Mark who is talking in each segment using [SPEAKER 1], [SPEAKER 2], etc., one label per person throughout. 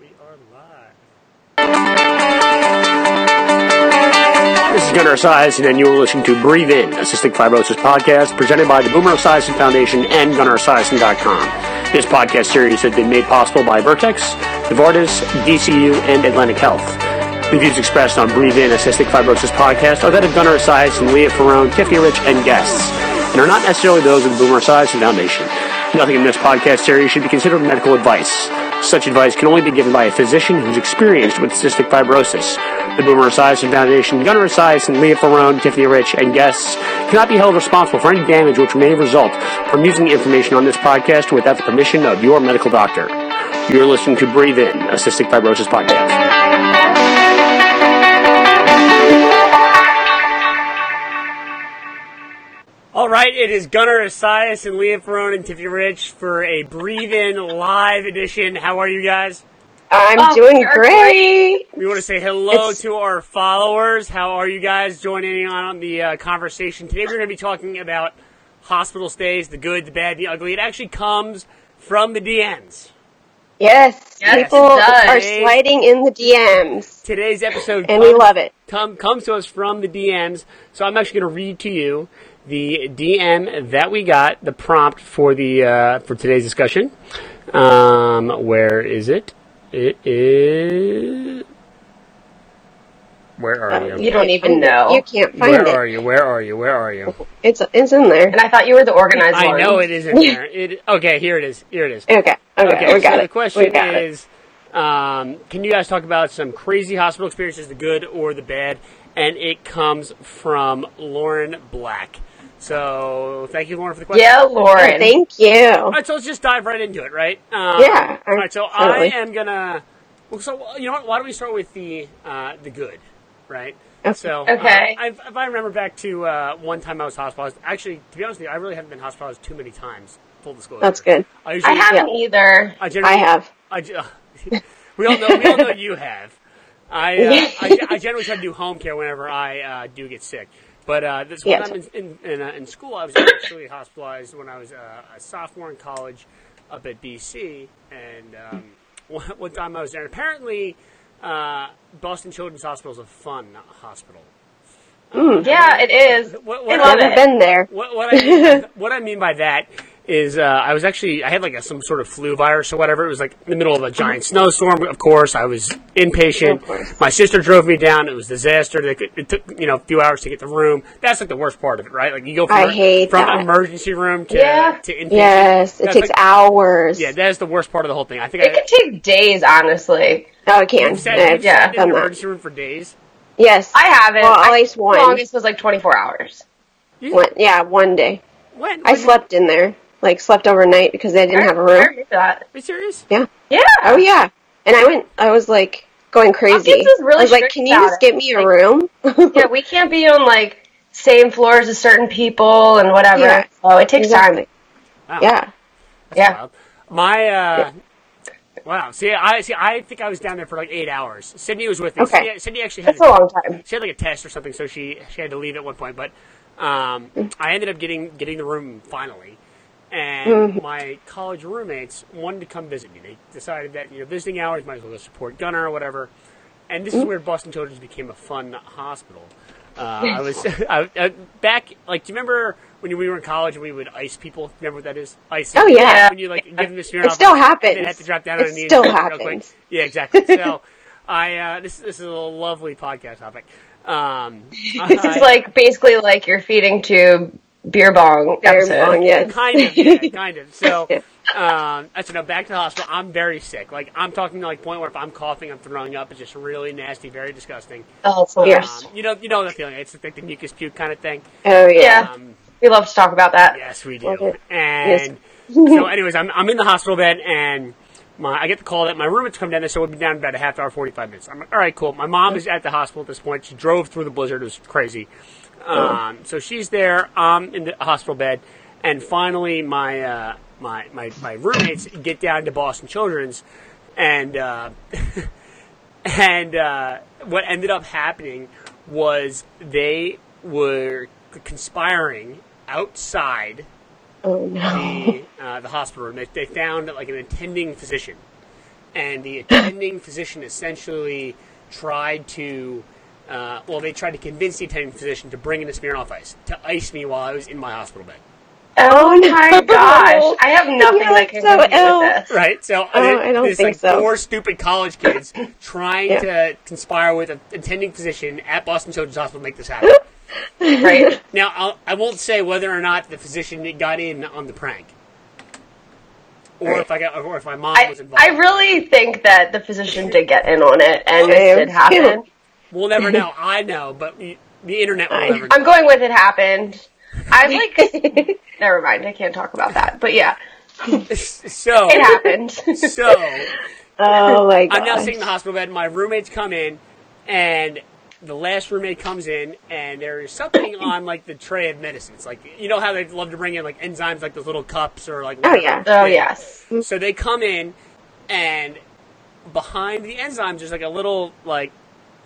[SPEAKER 1] we are live.
[SPEAKER 2] This is Gunnar Esiason, and you are listening to Breathe In, a cystic fibrosis podcast presented by the Boomer Esiason Foundation and GunnarEsiason.com. This podcast series has been made possible by Vertex, Novartis, DCU, and Atlantic Health. The views expressed on Breathe In, a cystic fibrosis podcast, are that of Gunnar Esiason, Leah Ferrone, Tiffany Rich, and guests, and are not necessarily those of the Boomer Esiason Foundation. Nothing in this podcast series should be considered medical advice. Such advice can only be given by a physician who's experienced with cystic fibrosis. The Boomer Esiason Foundation, Gunnar Esiason, Leah Ferrone, Tiffany Rich, and guests cannot be held responsible for any damage which may result from using the information on this podcast without the permission of your medical doctor. You're listening to Breathe In, a cystic fibrosis podcast.
[SPEAKER 1] All right, it is Gunnar Esias and Leah Ferrone and Tiffany Rich for a Breathe In live edition. How are you guys?
[SPEAKER 3] I'm
[SPEAKER 4] Oh,
[SPEAKER 3] doing
[SPEAKER 4] you're
[SPEAKER 3] great.
[SPEAKER 1] We want to say hello
[SPEAKER 3] It's-
[SPEAKER 1] to our followers. How are you guys joining in on the uh, conversation? Today we're going to be talking about hospital stays, the good, the bad, the ugly. It actually comes from the DMs.
[SPEAKER 3] Yes,
[SPEAKER 4] Yes,
[SPEAKER 3] people
[SPEAKER 4] it does.
[SPEAKER 3] are sliding in the DMs,
[SPEAKER 1] Today's episode
[SPEAKER 3] and we
[SPEAKER 1] comes-
[SPEAKER 3] love it.
[SPEAKER 1] come, comes to us from the DMs. So I'm actually going to read to you the DM that we got, the prompt for the uh, for today's discussion. Um, where is it? It is. Where are you?
[SPEAKER 4] You don't even know.
[SPEAKER 3] You can't Uh, find
[SPEAKER 1] Where
[SPEAKER 3] it.
[SPEAKER 1] are you? Where are you? Where are you?
[SPEAKER 3] It's it's in there.
[SPEAKER 4] And I thought you were the organizer.
[SPEAKER 1] I know it is in there. It, okay, here it is. Here it is.
[SPEAKER 3] Okay, okay,
[SPEAKER 1] Okay,
[SPEAKER 3] we got
[SPEAKER 1] so
[SPEAKER 3] it.
[SPEAKER 1] the question
[SPEAKER 3] we got it.
[SPEAKER 1] is, um, can you guys talk about some crazy hospital experiences, the good or the bad? And it comes from Lauren Black. So thank you, Lauren, for the question.
[SPEAKER 4] Yeah,
[SPEAKER 3] Oh,
[SPEAKER 4] Lauren.
[SPEAKER 3] thank you.
[SPEAKER 1] All right, so let's just dive right into it, right? Um,
[SPEAKER 3] Yeah,
[SPEAKER 1] All right, so
[SPEAKER 3] absolutely.
[SPEAKER 1] I am gonna. Well, so you know what? Why don't we start with the uh, the good, right? So uh,
[SPEAKER 4] Okay.
[SPEAKER 1] I, if I remember back to uh, one time I was hospitalized. Actually, to be honest with you, I really haven't been hospitalized too many times. Full disclosure.
[SPEAKER 3] That's good.
[SPEAKER 1] I,
[SPEAKER 4] I
[SPEAKER 1] usually,
[SPEAKER 4] haven't either.
[SPEAKER 1] I, generally,
[SPEAKER 3] I have.
[SPEAKER 1] I ge- we all know. We all know you have. I, uh, I, ge- I generally try to do home care whenever I uh, do get sick. But uh, this one
[SPEAKER 3] Yes.
[SPEAKER 1] time in, in, in, uh, in school, I was actually hospitalized when I was uh, a sophomore in college up at BC, and um, one, one time I was there. And apparently, uh, Boston Children's Hospital is a fun hospital.
[SPEAKER 4] Yeah, it is.
[SPEAKER 1] What-
[SPEAKER 4] I
[SPEAKER 1] what-
[SPEAKER 4] love
[SPEAKER 3] Never
[SPEAKER 4] it.
[SPEAKER 3] been there.
[SPEAKER 1] What, what, I mean, what I mean by that is uh, I was actually I had like a, some sort of flu virus or whatever. It was like in the middle of a giant snowstorm. Of course, I was
[SPEAKER 3] Mm-hmm. Of
[SPEAKER 1] inpatient.
[SPEAKER 3] course.
[SPEAKER 1] My sister drove me down. It was a disaster. They could- It took you know a few hours to get the room. That's like the worst part of it, right? Like you go from,
[SPEAKER 3] I hate
[SPEAKER 1] from
[SPEAKER 3] that.
[SPEAKER 1] emergency room to
[SPEAKER 4] Yeah.
[SPEAKER 1] to inpatient.
[SPEAKER 3] Yes, it
[SPEAKER 1] That's
[SPEAKER 3] takes
[SPEAKER 1] like-
[SPEAKER 3] hours.
[SPEAKER 1] Yeah, that is the worst part of the whole thing. I think
[SPEAKER 4] It
[SPEAKER 1] I
[SPEAKER 4] could take days, honestly.
[SPEAKER 3] oh, it can.
[SPEAKER 1] I've sat,
[SPEAKER 3] I've
[SPEAKER 1] I've sat in
[SPEAKER 3] done
[SPEAKER 1] an
[SPEAKER 3] that.
[SPEAKER 1] emergency room for days.
[SPEAKER 3] Yes,
[SPEAKER 4] I haven't.
[SPEAKER 3] Well, at least
[SPEAKER 4] I,
[SPEAKER 3] one.
[SPEAKER 4] Longest was like 24 hours.
[SPEAKER 1] You-
[SPEAKER 3] One, yeah, one day.
[SPEAKER 1] When?
[SPEAKER 3] I
[SPEAKER 1] when-
[SPEAKER 3] slept in there, like slept overnight because they didn't have a
[SPEAKER 4] I
[SPEAKER 3] room.
[SPEAKER 4] remember that.
[SPEAKER 1] Are you serious?
[SPEAKER 3] Yeah.
[SPEAKER 4] Yeah.
[SPEAKER 3] Oh yeah. And I went. I was like going crazy.
[SPEAKER 4] is really
[SPEAKER 3] I was like,
[SPEAKER 4] strict
[SPEAKER 3] "Can you
[SPEAKER 4] about
[SPEAKER 3] just
[SPEAKER 4] it.
[SPEAKER 3] get me a room?"
[SPEAKER 4] yeah, we can't be on like same floors as certain people and whatever.
[SPEAKER 3] Yeah.
[SPEAKER 4] So it takes
[SPEAKER 3] Exactly.
[SPEAKER 1] Wow.
[SPEAKER 4] time.
[SPEAKER 3] yeah.
[SPEAKER 4] Yeah.
[SPEAKER 1] Wow. My uh, wow. See, I see. I think I was down there for like eight hours. Sydney was with me.
[SPEAKER 3] Okay.
[SPEAKER 1] Sydney, Sydney actually had
[SPEAKER 3] That's a long time.
[SPEAKER 1] she had like a test or something, so she she had to leave at one point. But um, I ended up getting getting the room finally, and
[SPEAKER 3] Mm-hmm.
[SPEAKER 1] my college roommates wanted to come visit me. They decided that you know visiting hours might as well go support Gunnar or whatever. And this is
[SPEAKER 3] Mm-hmm.
[SPEAKER 1] where Boston Children's became a fun hospital. Uh, I was I, I, back like do you remember when we were in college and we would ice people? Remember what that is? Ice.
[SPEAKER 3] Oh, yeah.
[SPEAKER 1] When you like give them the
[SPEAKER 3] It still happens.
[SPEAKER 1] They had to drop down
[SPEAKER 3] It
[SPEAKER 1] on their knees
[SPEAKER 3] still
[SPEAKER 1] real
[SPEAKER 3] happens.
[SPEAKER 1] quick. Yeah, exactly. So, I uh, this this is a lovely podcast topic. Um,
[SPEAKER 4] This is like basically like you're feeding to beer bong.
[SPEAKER 3] Very
[SPEAKER 4] episode.
[SPEAKER 3] long. Yes.
[SPEAKER 1] kind of, yeah, kind of. So, um, I said, no, back to the hospital. I'm very sick. Like I'm talking to like point where if I'm coughing, I'm throwing up. It's just really nasty, very disgusting.
[SPEAKER 4] Oh, it's the
[SPEAKER 3] Yeah.
[SPEAKER 4] worst.
[SPEAKER 1] Um, you know, you know the feeling. It's like the mucus puke kind of thing.
[SPEAKER 3] Oh yeah.
[SPEAKER 4] Yeah.
[SPEAKER 1] Um,
[SPEAKER 4] We love to talk about that.
[SPEAKER 1] Yes, we
[SPEAKER 3] Love
[SPEAKER 1] do.
[SPEAKER 3] it.
[SPEAKER 1] And so, anyways, I'm, I'm in the hospital bed, and my I get the call that my roommate's come down there, so we'll be down in about a half hour, 45 minutes. I'm like, all right, cool. My mom is at the hospital at this point. She drove through the blizzard. It was crazy. Um, so she's there. I'm in the hospital bed, and finally, my uh, my, my my roommates get down to Boston Children's, and. Uh, and uh, what ended up happening was they were conspiring outside
[SPEAKER 3] Oh no.
[SPEAKER 1] the, uh, the hospital room. They, they found like an attending physician, and the attending physician essentially tried to, uh, well, they tried to convince the attending physician to bring in a Smirnoff ice to ice me while I was in my hospital bed.
[SPEAKER 4] Oh my
[SPEAKER 3] no.
[SPEAKER 4] gosh! I have nothing
[SPEAKER 3] Yeah,
[SPEAKER 4] that can
[SPEAKER 3] so
[SPEAKER 4] compete
[SPEAKER 3] ill.
[SPEAKER 4] with this.
[SPEAKER 1] Right? So
[SPEAKER 3] Oh, I don't
[SPEAKER 1] there's
[SPEAKER 3] think
[SPEAKER 1] like
[SPEAKER 3] so.
[SPEAKER 1] four stupid college kids trying
[SPEAKER 3] Yeah.
[SPEAKER 1] to conspire with an attending physician at Boston Children's Hospital to make this happen.
[SPEAKER 4] Right?
[SPEAKER 1] Now, I'll, I won't say whether or not the physician got in on the prank, or if I got, or if my mom
[SPEAKER 4] I,
[SPEAKER 1] was involved.
[SPEAKER 4] I really think that the physician did get in on it, and
[SPEAKER 3] I
[SPEAKER 4] it
[SPEAKER 3] am
[SPEAKER 4] did happen.
[SPEAKER 3] too.
[SPEAKER 1] we'll never know. I know, but we- the internet will never.
[SPEAKER 4] I'm going with it happened. I like. never mind. I can't talk about that. But yeah,
[SPEAKER 1] so,
[SPEAKER 4] it happened.
[SPEAKER 1] so
[SPEAKER 3] Oh my god.
[SPEAKER 1] I'm now sitting in the hospital bed. My roommates come in, and the last roommate comes in, and there is something on like the tray of medicines. Like you know how they love to bring in like enzymes, like those little cups or like.
[SPEAKER 3] Oh
[SPEAKER 1] whatever.
[SPEAKER 3] yeah.
[SPEAKER 4] oh yes.
[SPEAKER 1] So they come in, and behind the enzymes, there's like a little like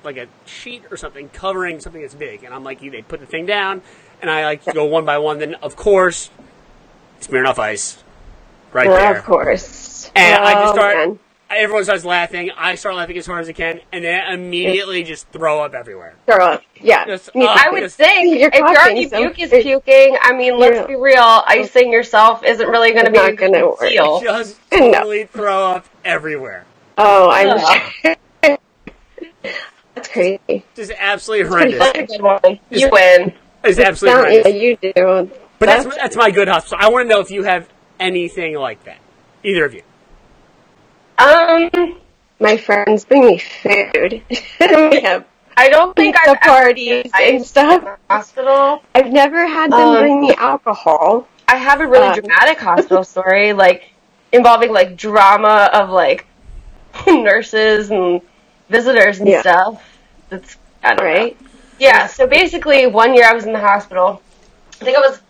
[SPEAKER 1] like a sheet or something covering something that's big. And I'm like, they put the thing down, and I like go one by one. Then of course, Smirnoff Ice, right
[SPEAKER 3] Well,
[SPEAKER 1] there.
[SPEAKER 3] of course.
[SPEAKER 1] And I just
[SPEAKER 3] Oh,
[SPEAKER 1] start.
[SPEAKER 3] man.
[SPEAKER 1] Everyone starts laughing. I start laughing as hard as I can, and then I immediately just throw up everywhere.
[SPEAKER 3] Throw up. Yeah.
[SPEAKER 1] Just,
[SPEAKER 3] Me
[SPEAKER 1] uh,
[SPEAKER 3] too.
[SPEAKER 4] I would think
[SPEAKER 3] You're
[SPEAKER 4] if you're already
[SPEAKER 3] coughing, so-
[SPEAKER 4] puke is puking, I mean, let's be real. Icing yourself isn't really going to be
[SPEAKER 3] Not
[SPEAKER 4] a good
[SPEAKER 3] gonna work.
[SPEAKER 4] deal.
[SPEAKER 1] Just
[SPEAKER 3] No.
[SPEAKER 1] totally throw up everywhere.
[SPEAKER 3] oh, I'm.
[SPEAKER 4] Ugh.
[SPEAKER 3] That's crazy.
[SPEAKER 1] Just absolutely horrendous.
[SPEAKER 4] That's a good one. You win.
[SPEAKER 1] It's absolutely
[SPEAKER 3] Sound, yeah,
[SPEAKER 1] horrendous.
[SPEAKER 3] you do.
[SPEAKER 1] But that's that's my good hospital. I want to know if you have anything like that. Either of you.
[SPEAKER 4] Um,
[SPEAKER 3] my friends bring me food. we have
[SPEAKER 4] I don't think
[SPEAKER 3] pizza
[SPEAKER 4] I've
[SPEAKER 3] parties and stuff.
[SPEAKER 4] hospital.
[SPEAKER 3] I've never had them
[SPEAKER 4] Um,
[SPEAKER 3] bring me alcohol.
[SPEAKER 4] I have a really
[SPEAKER 3] Uh.
[SPEAKER 4] dramatic hospital story, like involving like drama of like nurses and visitors and
[SPEAKER 3] Yeah.
[SPEAKER 4] stuff. That's I don't know.
[SPEAKER 3] Right?
[SPEAKER 4] Yeah. So basically, one year I was in the hospital. I think I was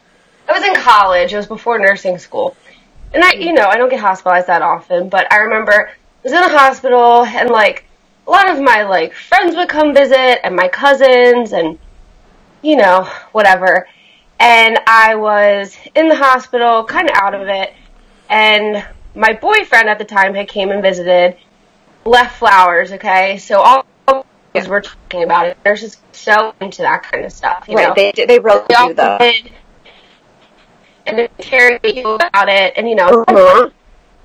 [SPEAKER 4] I was in college. It was before nursing school, and I you know I don't get hospitalized that often, but I remember I was in the hospital and like a lot of my like friends would come visit and my cousins and you know whatever. And I was in the hospital, kind of out of it, and my boyfriend at the time had came and visited left flowers, okay? So all because we're talking about it. Nurses are so into that kind of stuff. You know?
[SPEAKER 3] Right? They they really
[SPEAKER 4] They all
[SPEAKER 3] do though.
[SPEAKER 4] did, and they carried you about it, and you know.
[SPEAKER 3] Uh-huh.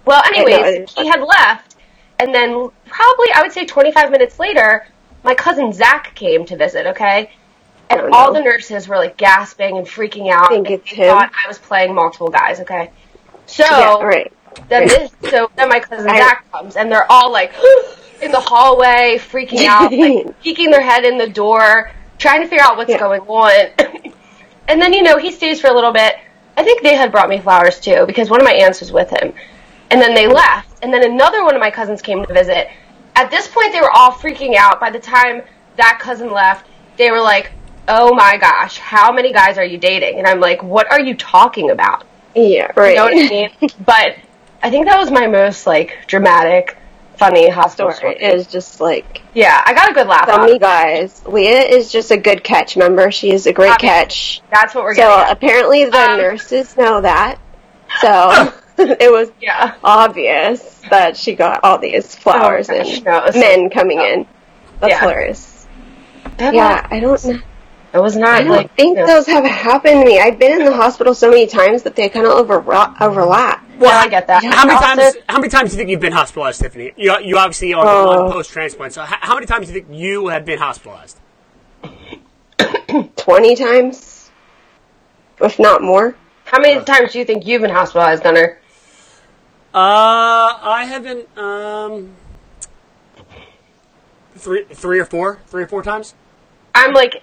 [SPEAKER 4] Well,
[SPEAKER 3] I know,
[SPEAKER 4] anyways,
[SPEAKER 3] it's-
[SPEAKER 4] he had left, and then probably I would say 25 minutes later, my cousin Zach came to visit. Okay, and
[SPEAKER 3] Oh, no.
[SPEAKER 4] all the nurses were like gasping and freaking out.
[SPEAKER 3] Think
[SPEAKER 4] and
[SPEAKER 3] it's
[SPEAKER 4] they
[SPEAKER 3] him.
[SPEAKER 4] thought I was playing multiple guys. Okay, so
[SPEAKER 3] Yeah, right.
[SPEAKER 4] then this, so then my cousin
[SPEAKER 3] I-
[SPEAKER 4] Zach comes, and they're all like in the hallway, freaking out, like peeking their head in the door, trying to figure out what's
[SPEAKER 3] Yeah.
[SPEAKER 4] going on. and then you know he stays for a little bit. I think they had brought me flowers too because one of my aunts was with him, and then they left. And then another one of my cousins came to visit. At this point, they were all freaking out. By the time that cousin left, they were like, "Oh my gosh, how many guys are you dating?" And I'm like, "What are you talking about?"
[SPEAKER 3] Yeah, right.
[SPEAKER 4] You know what I mean? but I think that was my most like dramatic, funny hospital story.
[SPEAKER 3] It is just like
[SPEAKER 4] Yeah, I got a good laugh. out
[SPEAKER 3] dummy
[SPEAKER 4] of it.
[SPEAKER 3] guys. Leah is just a good catch. Remember, she is a great
[SPEAKER 4] Obviously.
[SPEAKER 3] catch.
[SPEAKER 4] That's what we're
[SPEAKER 3] So
[SPEAKER 4] getting. at.
[SPEAKER 3] apparently the
[SPEAKER 4] Um,
[SPEAKER 3] nurses know that. So it was
[SPEAKER 4] Yeah.
[SPEAKER 3] obvious that she got all these flowers
[SPEAKER 4] Oh, gosh,
[SPEAKER 3] and
[SPEAKER 4] no, it's-
[SPEAKER 3] men coming in. That's
[SPEAKER 4] Yeah. Uh-huh.
[SPEAKER 3] hilarious. Yeah, I don't know.
[SPEAKER 4] it was not.
[SPEAKER 3] I
[SPEAKER 4] like,
[SPEAKER 3] don't think
[SPEAKER 4] you know,
[SPEAKER 3] those have happened to me. I've been in the hospital so many times that they kind of overla- overlap.
[SPEAKER 4] Well, I get that.
[SPEAKER 1] How many
[SPEAKER 4] Also-
[SPEAKER 1] times? How many times do you think you've been hospitalized, Tiffany? You you obviously are
[SPEAKER 3] Oh.
[SPEAKER 1] on post transplant. So how, how many times do you think you have been hospitalized?
[SPEAKER 3] 20 times, if not more.
[SPEAKER 4] How many times do you think you've been hospitalized, Gunner?
[SPEAKER 1] Uh, I have been um three three or four, three or four times.
[SPEAKER 4] I'm like,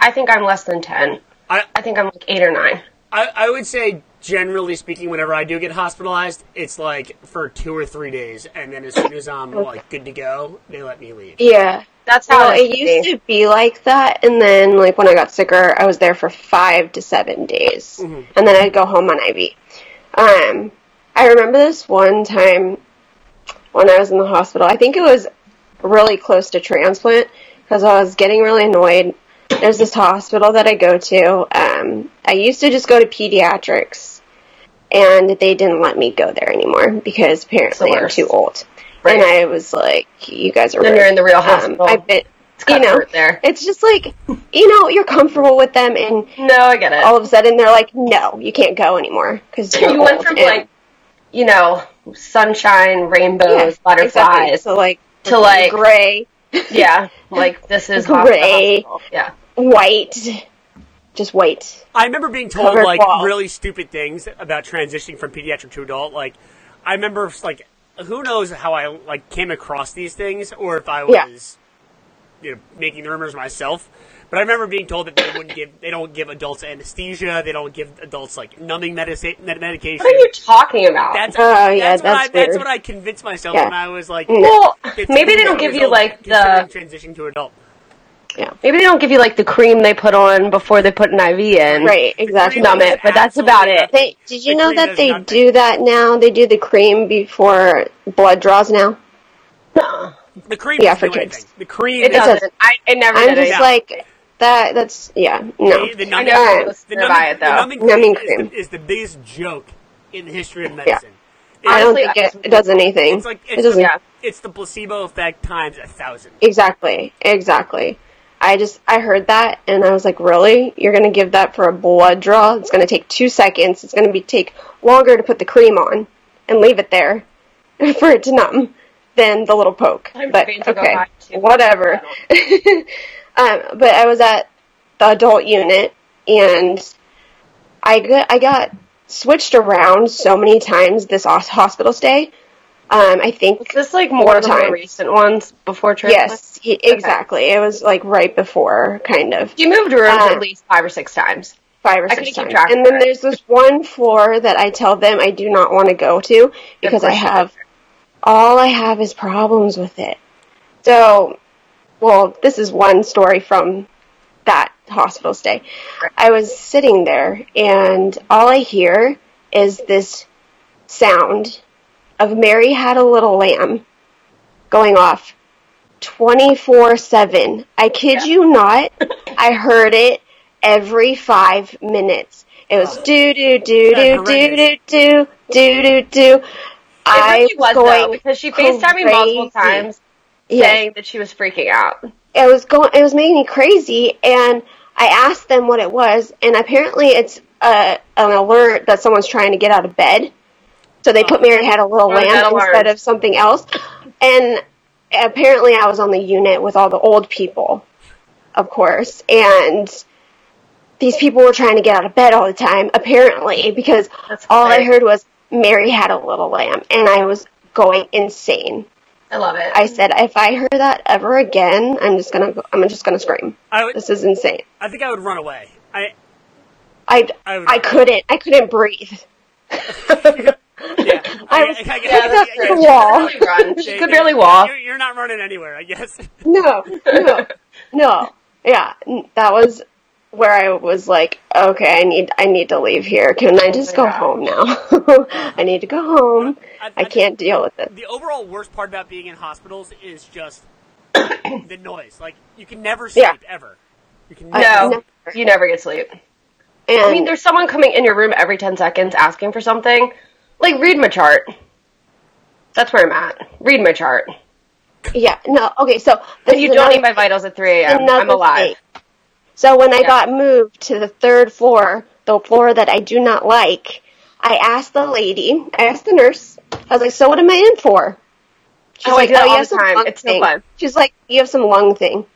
[SPEAKER 4] I think I'm less than ten.
[SPEAKER 1] I
[SPEAKER 4] I think I'm like eight or nine.
[SPEAKER 1] I, I would say generally speaking, whenever I do get hospitalized, it's like for two or three days, and then as soon as I'm like good to go, they let me leave.
[SPEAKER 3] Yeah.
[SPEAKER 4] That's how
[SPEAKER 3] Well,
[SPEAKER 4] it,
[SPEAKER 3] it used to be like that, and then like when I got sicker, I was there for five to seven days,
[SPEAKER 4] Mm-hmm.
[SPEAKER 3] and then I'd go home on IV. Um, I remember this one time when I was in the hospital. I think it was really close to transplant because I was getting really annoyed. There's this hospital that I go to. Um, I used to just go to pediatrics, and they didn't let me go there anymore because apparently I'm
[SPEAKER 4] worst.
[SPEAKER 3] too old.
[SPEAKER 4] Right.
[SPEAKER 3] and I was like, "You guys are."
[SPEAKER 4] Then you're
[SPEAKER 3] rude.
[SPEAKER 4] in the real
[SPEAKER 3] Um,
[SPEAKER 4] hospital.
[SPEAKER 3] I've been,
[SPEAKER 4] It's
[SPEAKER 3] you know,
[SPEAKER 4] cutthroat there.
[SPEAKER 3] it's just like, you know, you're comfortable with them, and
[SPEAKER 4] no, I get it.
[SPEAKER 3] all of a sudden they're like, "No, you can't go anymore because
[SPEAKER 4] you went from like, you know, sunshine, rainbows,
[SPEAKER 3] Exactly.
[SPEAKER 4] butterflies.
[SPEAKER 3] So like
[SPEAKER 4] to, like-
[SPEAKER 3] gray,
[SPEAKER 4] Yeah, like this is
[SPEAKER 3] Gray.
[SPEAKER 4] hospital. Yeah,
[SPEAKER 3] white, just white.
[SPEAKER 1] I remember being told
[SPEAKER 3] Covered
[SPEAKER 1] like
[SPEAKER 3] wall.
[SPEAKER 1] really stupid things about transitioning from pediatric to adult. Like, I remember like who knows how I like came across these things or if I
[SPEAKER 3] Yeah.
[SPEAKER 1] was you know making the rumors myself. But I remember being told that they wouldn't give they don't give adults anesthesia, they don't give adults like numbing medici- med- medication.
[SPEAKER 4] what are you talking about?
[SPEAKER 1] That's,
[SPEAKER 3] Oh,
[SPEAKER 1] that's what
[SPEAKER 3] yeah,
[SPEAKER 1] I,
[SPEAKER 3] that's
[SPEAKER 1] that's
[SPEAKER 3] weird.
[SPEAKER 1] what I convinced myself
[SPEAKER 3] Yeah.
[SPEAKER 1] when I was like,
[SPEAKER 4] well,
[SPEAKER 1] 15
[SPEAKER 4] Mm. maybe they don't
[SPEAKER 1] years
[SPEAKER 4] give you
[SPEAKER 1] old,
[SPEAKER 4] like
[SPEAKER 1] considering
[SPEAKER 4] the
[SPEAKER 1] transition to adult.
[SPEAKER 3] Yeah,
[SPEAKER 4] maybe they don't give you like the cream they put on before they put an IV in.
[SPEAKER 3] right. Exactly.
[SPEAKER 1] Cream
[SPEAKER 4] Numb it, but that's about it.
[SPEAKER 3] They, did you
[SPEAKER 1] The
[SPEAKER 3] know
[SPEAKER 1] cream
[SPEAKER 3] that
[SPEAKER 1] does
[SPEAKER 3] they
[SPEAKER 1] nothing.
[SPEAKER 3] do that now? They do the cream before blood draws now.
[SPEAKER 1] The cream
[SPEAKER 3] Yeah,
[SPEAKER 1] doesn't
[SPEAKER 3] for
[SPEAKER 1] do
[SPEAKER 3] kids.
[SPEAKER 1] anything. The cream
[SPEAKER 4] It
[SPEAKER 1] is-
[SPEAKER 4] doesn't.
[SPEAKER 3] doesn't.
[SPEAKER 4] I it never
[SPEAKER 3] I'm
[SPEAKER 4] did
[SPEAKER 3] just
[SPEAKER 4] it.
[SPEAKER 3] like that. That's yeah. No.
[SPEAKER 1] The
[SPEAKER 4] I
[SPEAKER 1] numbing,
[SPEAKER 4] never
[SPEAKER 3] Alright.
[SPEAKER 4] was
[SPEAKER 1] the
[SPEAKER 4] scared by it
[SPEAKER 1] numbing, the
[SPEAKER 4] though.
[SPEAKER 1] numbing,
[SPEAKER 3] Numbing
[SPEAKER 1] cream is
[SPEAKER 3] cream.
[SPEAKER 1] the, is the biggest joke in the history of medicine.
[SPEAKER 3] I don't
[SPEAKER 4] honestly,
[SPEAKER 3] think
[SPEAKER 4] I
[SPEAKER 3] it, it does anything.
[SPEAKER 1] It's like
[SPEAKER 3] it
[SPEAKER 1] it's,
[SPEAKER 3] doesn't.
[SPEAKER 1] the,
[SPEAKER 4] yeah.
[SPEAKER 1] it's the placebo effect times a thousand.
[SPEAKER 3] Exactly. Exactly. I just I heard that and I was like, really? You're gonna give that for a blood draw? It's gonna take two seconds. It's gonna be take longer to put the cream on and leave it there for it to numb than the little poke.
[SPEAKER 4] I'm
[SPEAKER 3] but
[SPEAKER 4] afraid to go
[SPEAKER 3] okay,
[SPEAKER 4] back to-
[SPEAKER 3] whatever. um, but I was at the adult unit and I got, I got switched around so many times this os- hospital stay. Um, I think
[SPEAKER 4] Is this like more of the
[SPEAKER 3] time.
[SPEAKER 4] more recent ones before transplant?
[SPEAKER 3] Yes, he, exactly. It was like right before, kind of
[SPEAKER 4] You moved rooms
[SPEAKER 3] Uh,
[SPEAKER 4] at least five or six times.
[SPEAKER 3] five or
[SPEAKER 4] I
[SPEAKER 3] six
[SPEAKER 4] couldn't keep
[SPEAKER 3] times.
[SPEAKER 4] track of
[SPEAKER 3] And then
[SPEAKER 4] it.
[SPEAKER 3] there's this one floor that I tell them I do not want to go to because I
[SPEAKER 4] course you
[SPEAKER 3] have all I have is problems with it. So, well, this is one story from that hospital stay. I was sitting there and all I hear is this sound of Mary had a little lamb going off 24 7. I kid you not, I heard it every five minutes. It was do do do
[SPEAKER 1] That's
[SPEAKER 3] do do do
[SPEAKER 1] horrendous.
[SPEAKER 3] do do do do.
[SPEAKER 4] It
[SPEAKER 3] I
[SPEAKER 4] really was
[SPEAKER 3] going
[SPEAKER 4] though, because she FaceTimed me
[SPEAKER 3] crazy.
[SPEAKER 4] multiple times
[SPEAKER 3] Yes
[SPEAKER 4] saying that she was freaking out.
[SPEAKER 3] it was going it was making me crazy and I asked them what it was and apparently it's a, an alert that someone's trying to get out of bed. So they put Mary had a little
[SPEAKER 4] Oh, that
[SPEAKER 3] lamb
[SPEAKER 4] alarm.
[SPEAKER 3] instead of something else. And apparently I was on the unit with all the old people, of course, and these people were trying to get out of bed all the time, apparently, because
[SPEAKER 4] That's
[SPEAKER 3] all I
[SPEAKER 4] great.
[SPEAKER 3] heard was Mary had a little lamb and I was going insane.
[SPEAKER 4] I love it.
[SPEAKER 3] I said, if I hear that ever again, I'm just gonna, go- I'm just gonna scream.
[SPEAKER 1] I, would,
[SPEAKER 3] This is insane.
[SPEAKER 1] I think I would run away. I,
[SPEAKER 3] I,
[SPEAKER 1] I would-
[SPEAKER 3] I couldn't, I couldn't breathe.
[SPEAKER 1] yeah,
[SPEAKER 3] I
[SPEAKER 1] I,
[SPEAKER 3] was
[SPEAKER 1] I, I,
[SPEAKER 4] yeah,
[SPEAKER 1] guess-
[SPEAKER 4] that's
[SPEAKER 1] I
[SPEAKER 4] true.
[SPEAKER 1] guess-
[SPEAKER 4] She
[SPEAKER 3] wall.
[SPEAKER 4] could barely run. She
[SPEAKER 1] yeah,
[SPEAKER 4] could
[SPEAKER 1] yeah,
[SPEAKER 4] barely walk.
[SPEAKER 1] You're, you're not running anywhere, I guess.
[SPEAKER 3] No, no, no. Yeah, n- that was where I was like, okay, I need, I need to leave here. Can I just go
[SPEAKER 4] God.
[SPEAKER 3] home now? I need to go home.
[SPEAKER 1] I- I
[SPEAKER 3] I can't deal with it.
[SPEAKER 1] The overall worst part about being in hospitals is just the noise. Like you can never sleep
[SPEAKER 3] Yeah.
[SPEAKER 1] ever. You can
[SPEAKER 3] I-
[SPEAKER 1] never.
[SPEAKER 4] No,
[SPEAKER 3] never.
[SPEAKER 4] you never get sleep.
[SPEAKER 3] And
[SPEAKER 4] I mean, there's someone coming in your room every 10 seconds asking for something. Like, read my chart. That's where I'm at. Read my chart.
[SPEAKER 3] yeah, no, okay. So this
[SPEAKER 4] If you
[SPEAKER 3] is
[SPEAKER 4] don't
[SPEAKER 3] another-
[SPEAKER 4] need my vitals at 3 a.m.,
[SPEAKER 3] another
[SPEAKER 4] I'm alive.
[SPEAKER 3] thing. So when I
[SPEAKER 4] Yeah.
[SPEAKER 3] got moved to the third floor, the floor that I do not like, I asked the lady, I asked the nurse, I was like, "So what am I in for?" She's
[SPEAKER 4] Oh, I
[SPEAKER 3] like,
[SPEAKER 4] do that
[SPEAKER 3] "Oh,
[SPEAKER 4] all
[SPEAKER 3] you have
[SPEAKER 4] the
[SPEAKER 3] some
[SPEAKER 4] time.
[SPEAKER 3] lung
[SPEAKER 4] It's no
[SPEAKER 3] thing."
[SPEAKER 4] fun.
[SPEAKER 3] She's like, "You have some lung thing."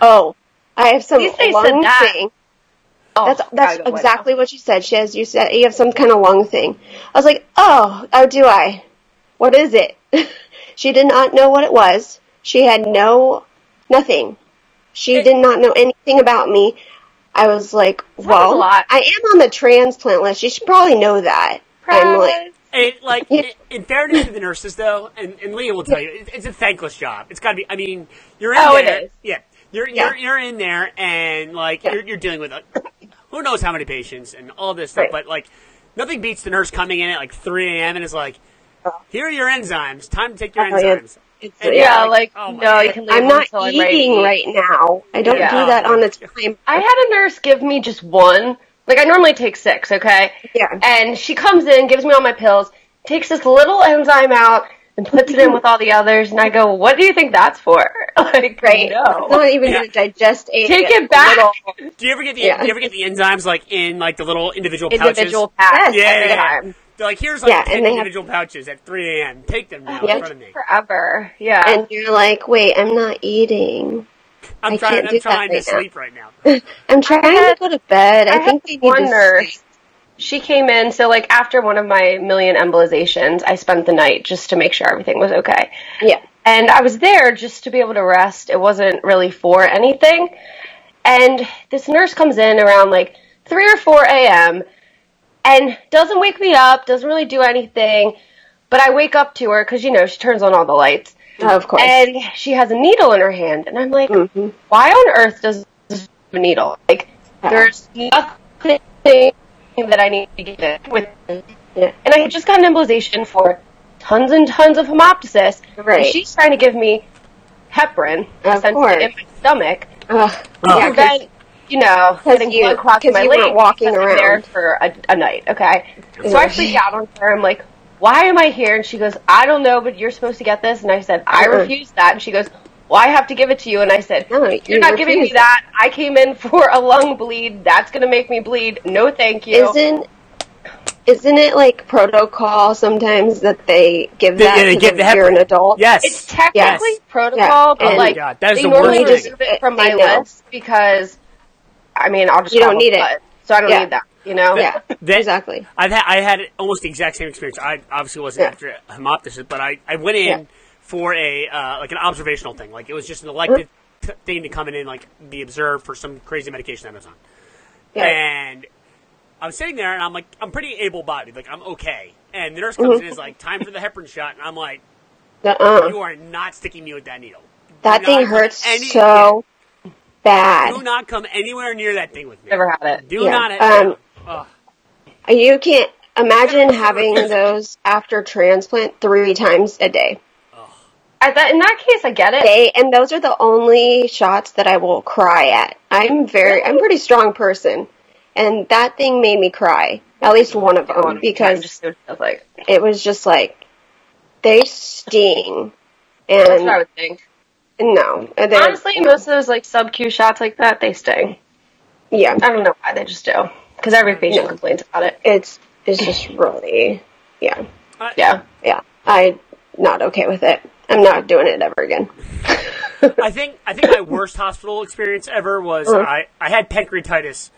[SPEAKER 3] oh, I have some
[SPEAKER 4] At least they said
[SPEAKER 3] lung
[SPEAKER 4] that.
[SPEAKER 3] thing.
[SPEAKER 4] Oh,
[SPEAKER 3] That's that's
[SPEAKER 4] God, what?
[SPEAKER 3] exactly what she said. She has you said you have some kind of lung thing. I was like, oh, oh, do I? What is it? she did not know what it was. She had no nothing. She did not know anything about me. I was like, well,
[SPEAKER 4] lot.
[SPEAKER 3] I am on the transplant list. You should probably know that. I'm like,
[SPEAKER 1] And like,
[SPEAKER 3] Yeah.
[SPEAKER 1] in fairness to the nurses, though, and, and Leah will tell you, it- it's a thankless job. It's got to be. I mean, you're in
[SPEAKER 4] Oh, it
[SPEAKER 1] there.
[SPEAKER 4] is.
[SPEAKER 1] Yeah, you're
[SPEAKER 3] Yeah.
[SPEAKER 1] you're you're in there, and like,
[SPEAKER 3] Yeah.
[SPEAKER 1] you're you're dealing with like, who knows how many patients and all this stuff.
[SPEAKER 3] Right.
[SPEAKER 1] But like, nothing beats the nurse coming in at like 3 a.m. and is like, "Here are your enzymes. Time to take your
[SPEAKER 3] Oh, yeah.
[SPEAKER 1] enzymes."
[SPEAKER 3] It's-
[SPEAKER 1] And
[SPEAKER 3] yeah,
[SPEAKER 1] you're
[SPEAKER 4] Yeah, like,
[SPEAKER 1] oh my
[SPEAKER 4] no, you
[SPEAKER 1] God.
[SPEAKER 4] can leave
[SPEAKER 3] I'm not
[SPEAKER 4] until I'm ready to
[SPEAKER 3] eating
[SPEAKER 4] eat.
[SPEAKER 3] right now. I don't
[SPEAKER 4] Yeah.
[SPEAKER 3] do that on a time.
[SPEAKER 4] I had a nurse give me just one. Like I normally take six, okay?
[SPEAKER 3] Yeah.
[SPEAKER 4] And she comes in, gives me all my pills, takes this little enzyme out, and puts it in with all the others. And I go, what do you think that's for? Like,
[SPEAKER 3] Right.
[SPEAKER 4] no.
[SPEAKER 3] It's not even
[SPEAKER 1] Yeah.
[SPEAKER 3] going to digest a
[SPEAKER 4] Take it back.
[SPEAKER 3] little-
[SPEAKER 1] Do you ever get the
[SPEAKER 3] Yeah.
[SPEAKER 1] do you ever get the enzymes like in like the little individual pouches?
[SPEAKER 4] individual
[SPEAKER 3] Yes.
[SPEAKER 4] packs
[SPEAKER 1] yeah,
[SPEAKER 4] every
[SPEAKER 1] yeah, yeah.
[SPEAKER 4] time.
[SPEAKER 1] They're like here's like
[SPEAKER 3] Yeah,
[SPEAKER 1] ten
[SPEAKER 3] and they have-
[SPEAKER 1] individual pouches at 3 a.m. Take them now
[SPEAKER 3] Yeah.
[SPEAKER 1] in front of me.
[SPEAKER 4] Forever. Yeah.
[SPEAKER 3] and you're like, wait, I'm not eating.
[SPEAKER 1] I'm
[SPEAKER 3] I
[SPEAKER 1] trying.
[SPEAKER 3] can't
[SPEAKER 1] I'm
[SPEAKER 3] do that
[SPEAKER 1] trying to
[SPEAKER 3] right now.
[SPEAKER 1] sleep right now.
[SPEAKER 3] I'm trying to go to bed. I,
[SPEAKER 4] I
[SPEAKER 3] think
[SPEAKER 4] had
[SPEAKER 3] they need
[SPEAKER 4] one
[SPEAKER 3] to
[SPEAKER 4] nurse.
[SPEAKER 3] sleep.
[SPEAKER 4] she came in so like after one of my million embolizations i spent the night just to make sure everything was okay
[SPEAKER 3] Yeah.
[SPEAKER 4] and i was there just to be able to rest it wasn't really for anything and this nurse comes in around like 3 or 4 a.m and doesn't wake me up doesn't really do anything but i wake up to her because you know she turns on all the lights
[SPEAKER 3] Oh, Of course. Mm-hmm.
[SPEAKER 4] and she has a needle in her hand and i'm like why on earth does this have a needle like
[SPEAKER 3] Yeah.
[SPEAKER 4] there's nothing that i need to get it with
[SPEAKER 3] Yeah.
[SPEAKER 4] and i had just gotten embolization for tons and tons of hemoptysis and
[SPEAKER 3] Right.
[SPEAKER 4] she's trying to give me heparin
[SPEAKER 3] Of
[SPEAKER 4] essentially,
[SPEAKER 3] course.
[SPEAKER 4] in my stomach
[SPEAKER 3] Ugh.
[SPEAKER 1] Oh.
[SPEAKER 3] Yeah,
[SPEAKER 4] and then you know,
[SPEAKER 3] 'Cause
[SPEAKER 4] getting
[SPEAKER 3] you-
[SPEAKER 4] blood clots in
[SPEAKER 3] 'cause
[SPEAKER 4] my
[SPEAKER 3] you weren't
[SPEAKER 4] leg
[SPEAKER 3] walking
[SPEAKER 4] because I'm there
[SPEAKER 3] around.
[SPEAKER 4] for a, a night. Okay, so I
[SPEAKER 3] Yeah.
[SPEAKER 4] freak out on her. I'm like, "Why am I here?" And she goes, "I don't know, but you're supposed to get this." And I said, "I
[SPEAKER 3] Uh-uh.
[SPEAKER 4] refuse that." And she goes, "Well, I have to give it to you." And I said,
[SPEAKER 3] No,
[SPEAKER 4] "You're
[SPEAKER 3] you
[SPEAKER 4] not giving me
[SPEAKER 3] refuse it."
[SPEAKER 4] that. I came in for a lung bleed. That's gonna make me bleed. No, thank you."
[SPEAKER 3] Isn't isn't it like protocol sometimes that they give
[SPEAKER 1] They-
[SPEAKER 3] that
[SPEAKER 1] yeah, they
[SPEAKER 3] to
[SPEAKER 1] give
[SPEAKER 3] the,
[SPEAKER 1] the
[SPEAKER 3] you're an
[SPEAKER 1] heparin.
[SPEAKER 3] adult?
[SPEAKER 1] Yes.
[SPEAKER 4] It's technically
[SPEAKER 1] Yes.
[SPEAKER 4] protocol,
[SPEAKER 3] Yeah.
[SPEAKER 4] but
[SPEAKER 3] Oh my
[SPEAKER 4] like
[SPEAKER 1] God, that is
[SPEAKER 4] they
[SPEAKER 1] the
[SPEAKER 4] normally
[SPEAKER 3] worst thing.
[SPEAKER 4] remove it from
[SPEAKER 3] They
[SPEAKER 4] my
[SPEAKER 3] know.
[SPEAKER 4] list because I mean, I'll just
[SPEAKER 3] You
[SPEAKER 4] call
[SPEAKER 3] don't
[SPEAKER 4] them
[SPEAKER 3] need it.
[SPEAKER 4] blood, so I don't
[SPEAKER 3] Yeah.
[SPEAKER 4] need that. You know?
[SPEAKER 3] Yeah.
[SPEAKER 1] That-
[SPEAKER 3] exactly.
[SPEAKER 1] I've had I had almost the exact same experience. I obviously wasn't
[SPEAKER 3] Yeah.
[SPEAKER 1] after hemoptysis, but I, I went in
[SPEAKER 3] Yeah.
[SPEAKER 1] for a uh, like an observational thing. Like it was just an elective
[SPEAKER 3] Mm-hmm.
[SPEAKER 1] t- thing to come in and like be observed for some crazy medication that I was on.
[SPEAKER 3] Yeah.
[SPEAKER 1] And I'm sitting there and I'm like I'm pretty able bodied, like I'm okay. And the nurse
[SPEAKER 3] Mm-hmm.
[SPEAKER 1] comes in and is like, Time for the heparin shot and I'm like, You
[SPEAKER 3] Uh-uh.
[SPEAKER 1] are not sticking me with that needle. Do
[SPEAKER 3] That
[SPEAKER 1] not
[SPEAKER 3] thing
[SPEAKER 1] come
[SPEAKER 3] hurts
[SPEAKER 1] any-
[SPEAKER 3] so bad.
[SPEAKER 1] Do not come anywhere near that thing with me.
[SPEAKER 4] Never had it.
[SPEAKER 1] Do
[SPEAKER 3] Yeah.
[SPEAKER 1] not
[SPEAKER 3] Um,
[SPEAKER 1] Ugh.
[SPEAKER 3] You can't imagine having those after transplant three times a day.
[SPEAKER 4] At that, in that case, I get it.
[SPEAKER 3] They and those are the only shots that I will cry at. I'm very I'm a pretty strong person, and that thing made me cry. At least one of them
[SPEAKER 4] Oh, Mm, I
[SPEAKER 3] because
[SPEAKER 4] just it was like
[SPEAKER 3] it was just like they sting,
[SPEAKER 4] that's what I
[SPEAKER 3] and
[SPEAKER 4] would think.
[SPEAKER 3] no, and they're-
[SPEAKER 4] Honestly, most of those like sub Q shots like that, they sting.
[SPEAKER 3] yeah,
[SPEAKER 4] I don't know why they just do because every patient complains about it.
[SPEAKER 3] it's it's just really yeah
[SPEAKER 1] Uh,
[SPEAKER 4] Yeah,
[SPEAKER 3] yeah. I not okay with it. I'm not doing it ever again.
[SPEAKER 1] I think I think my worst hospital experience ever was I, I had pancreatitis.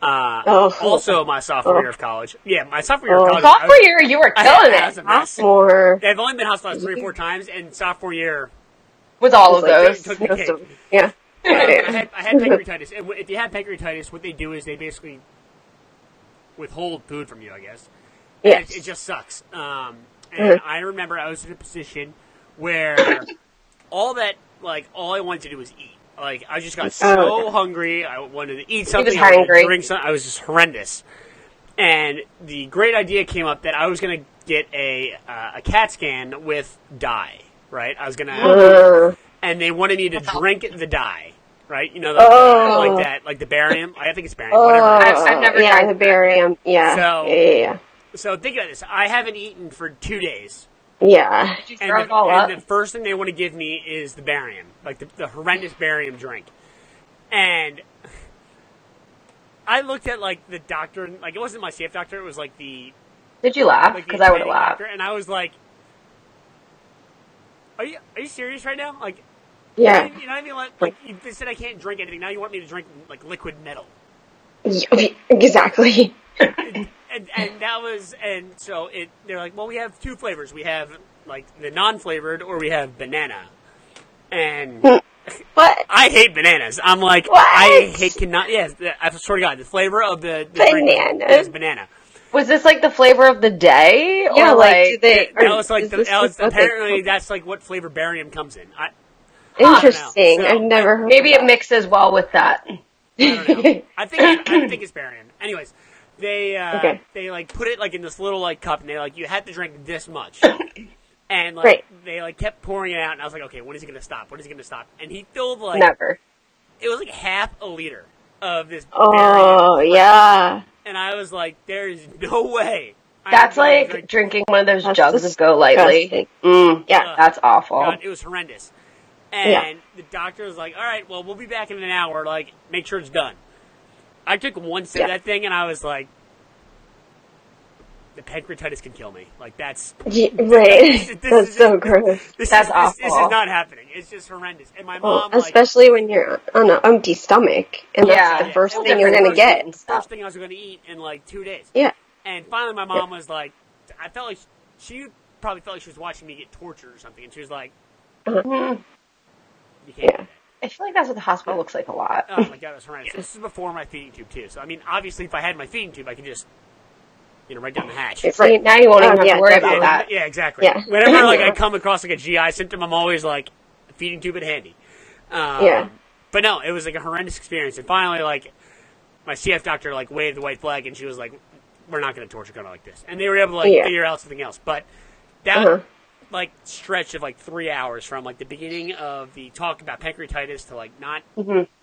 [SPEAKER 1] Uh,
[SPEAKER 3] Uh-huh. Oh.
[SPEAKER 1] Also, my sophomore year of college. Yeah, my sophomore year
[SPEAKER 3] Oh.
[SPEAKER 1] of college. I
[SPEAKER 4] sophomore
[SPEAKER 1] was-
[SPEAKER 4] year, you were
[SPEAKER 1] I had-
[SPEAKER 4] killing
[SPEAKER 1] I was
[SPEAKER 4] it.
[SPEAKER 1] a mess.
[SPEAKER 3] More
[SPEAKER 1] I've only been hospitalized three or four times, and sophomore year
[SPEAKER 4] With all of
[SPEAKER 3] It's
[SPEAKER 1] took
[SPEAKER 3] like
[SPEAKER 4] those,
[SPEAKER 1] the
[SPEAKER 3] most
[SPEAKER 1] cake.
[SPEAKER 3] of yeah.
[SPEAKER 1] I had, I had pancreatitis. And if you have pancreatitis, what they do is they basically withhold food from you, I guess. And
[SPEAKER 3] Yes.
[SPEAKER 1] It, it just sucks. Um, and
[SPEAKER 3] Mhm.
[SPEAKER 1] I remember I was in a position where all that, like, all I wanted to do was eat. Like, I just got so
[SPEAKER 3] Oh, yeah.
[SPEAKER 1] hungry. I wanted to eat
[SPEAKER 4] was
[SPEAKER 1] something. I wanted to
[SPEAKER 4] hungry.
[SPEAKER 1] drink something. I was just horrendous. And the great idea came up that I was going to get a, uh, a CAT scan with dye, right? I was going to
[SPEAKER 3] Uh,
[SPEAKER 1] and they wanted me to drink the dye, right? You know, the,
[SPEAKER 3] Oh.
[SPEAKER 1] like that, like the barium. I think it's barium,
[SPEAKER 3] Oh,
[SPEAKER 1] whatever.
[SPEAKER 4] I've- I've never
[SPEAKER 3] yeah,
[SPEAKER 4] tried
[SPEAKER 3] the
[SPEAKER 4] that.
[SPEAKER 3] barium. Yeah,
[SPEAKER 1] So-
[SPEAKER 3] yeah, yeah,
[SPEAKER 1] So think about this. I haven't eaten for two days,
[SPEAKER 3] yeah.
[SPEAKER 4] Did you
[SPEAKER 1] and,
[SPEAKER 4] throw
[SPEAKER 1] the,
[SPEAKER 4] it all up?
[SPEAKER 1] and the first thing they want to give me is the barium, like the, the horrendous barium drink. And I looked at like the doctor, and, like it wasn't my CF doctor; it was like the
[SPEAKER 4] Did you laugh?
[SPEAKER 1] like the
[SPEAKER 4] Because I would have
[SPEAKER 1] attending
[SPEAKER 4] laughed.
[SPEAKER 1] doctor, and I was like, "Are you are you serious right now? Like,
[SPEAKER 3] yeah.
[SPEAKER 1] you know what I mean? Like, like you said, I can't drink anything. Now you want me to drink like liquid metal?"
[SPEAKER 3] Y- Exactly.
[SPEAKER 1] and and that was and so it they're like well we have two flavors we have like the non-flavored or we have banana and
[SPEAKER 3] But
[SPEAKER 1] I hate bananas I'm like
[SPEAKER 3] What?
[SPEAKER 1] I hate cannot yes the- I swear to God the flavor of the, the drink
[SPEAKER 3] Banana.
[SPEAKER 1] is banana
[SPEAKER 4] Was this like the flavor of the day?
[SPEAKER 3] yeah,
[SPEAKER 4] or,
[SPEAKER 3] like, do they?
[SPEAKER 1] that
[SPEAKER 3] are-
[SPEAKER 1] was like
[SPEAKER 3] is
[SPEAKER 1] the,
[SPEAKER 3] this
[SPEAKER 1] that was,
[SPEAKER 3] what they-
[SPEAKER 1] apparently that's like what flavor barium comes in I,
[SPEAKER 3] Oh, interesting.
[SPEAKER 1] so-
[SPEAKER 3] I've never heard.
[SPEAKER 4] maybe
[SPEAKER 3] of
[SPEAKER 4] it mixes well with that.
[SPEAKER 1] I don't know I think I think it's barium anyways they uh,
[SPEAKER 3] Okay.
[SPEAKER 1] they like put it like in this little like cup and they like you had to drink this much And like
[SPEAKER 3] Right.
[SPEAKER 1] they like kept pouring it out, and I was like, okay, when is he gonna stop? When is he gonna stop? And he filled like
[SPEAKER 4] Never.
[SPEAKER 1] it was like half a liter of this.
[SPEAKER 3] that.
[SPEAKER 1] berry.
[SPEAKER 3] Oh yeah.
[SPEAKER 1] And I was like, there is no way
[SPEAKER 4] That's
[SPEAKER 1] I
[SPEAKER 4] like
[SPEAKER 1] drank-
[SPEAKER 4] drinking one of those
[SPEAKER 3] That's
[SPEAKER 4] jugs of Go
[SPEAKER 3] disgusting.
[SPEAKER 4] Lightly. Mm,
[SPEAKER 3] Yeah.
[SPEAKER 4] that's awful.
[SPEAKER 3] Oh.
[SPEAKER 1] God, it was horrendous. And the doctor was like, "All right, well, we'll be back in an hour. Like, make sure it's done." I took one sip of
[SPEAKER 3] Yeah.
[SPEAKER 1] that thing, and I was like, "The pancreatitis can kill me. Like, that's
[SPEAKER 3] Yeah, right.
[SPEAKER 1] This- this
[SPEAKER 3] That's
[SPEAKER 1] is-
[SPEAKER 3] so gross.
[SPEAKER 1] this
[SPEAKER 4] That's
[SPEAKER 1] is this, this
[SPEAKER 4] awful.
[SPEAKER 1] is not happening. It's just horrendous." And my
[SPEAKER 3] Well,
[SPEAKER 1] mom, like,
[SPEAKER 3] Oh, especially when you're on an empty stomach, and that's
[SPEAKER 4] Yeah.
[SPEAKER 3] the first
[SPEAKER 1] it was
[SPEAKER 3] thing
[SPEAKER 1] the
[SPEAKER 3] you're gonna
[SPEAKER 1] first-
[SPEAKER 3] get.
[SPEAKER 1] First thing I was gonna eat in like two days.
[SPEAKER 3] Yeah.
[SPEAKER 1] And finally, my mom was like, I felt like she probably felt like she was watching me get tortured or something, and she was like, "You can't." do
[SPEAKER 3] Mm-hmm. Yeah.
[SPEAKER 1] that."
[SPEAKER 4] I feel like that's what the hospital looks like a lot.
[SPEAKER 1] Oh my god, that's horrendous. This is before my feeding tube too. So I mean, obviously, if I had my feeding tube, I could just, you know, right down the hatch.
[SPEAKER 3] It's
[SPEAKER 4] See,
[SPEAKER 3] like-
[SPEAKER 4] now you won't even
[SPEAKER 3] Oh,
[SPEAKER 4] have
[SPEAKER 3] yeah,
[SPEAKER 4] to worry
[SPEAKER 3] definitely.
[SPEAKER 4] about
[SPEAKER 1] yeah,
[SPEAKER 4] that.
[SPEAKER 1] yeah, exactly.
[SPEAKER 3] Yeah.
[SPEAKER 1] Whenever like I come across like a GI symptom, I'm always like feeding tube in handy. Um,
[SPEAKER 3] Yeah.
[SPEAKER 1] But no, it was like a horrendous experience, and finally, like my CF doctor like waved the white flag, and she was like, "We're not going to torture Gunnar like this," and they were able to like
[SPEAKER 3] Yeah.
[SPEAKER 1] figure out something else. But that
[SPEAKER 3] Uh-huh.
[SPEAKER 1] like stretch of like three hours from like the beginning of the talk about pancreatitis to like not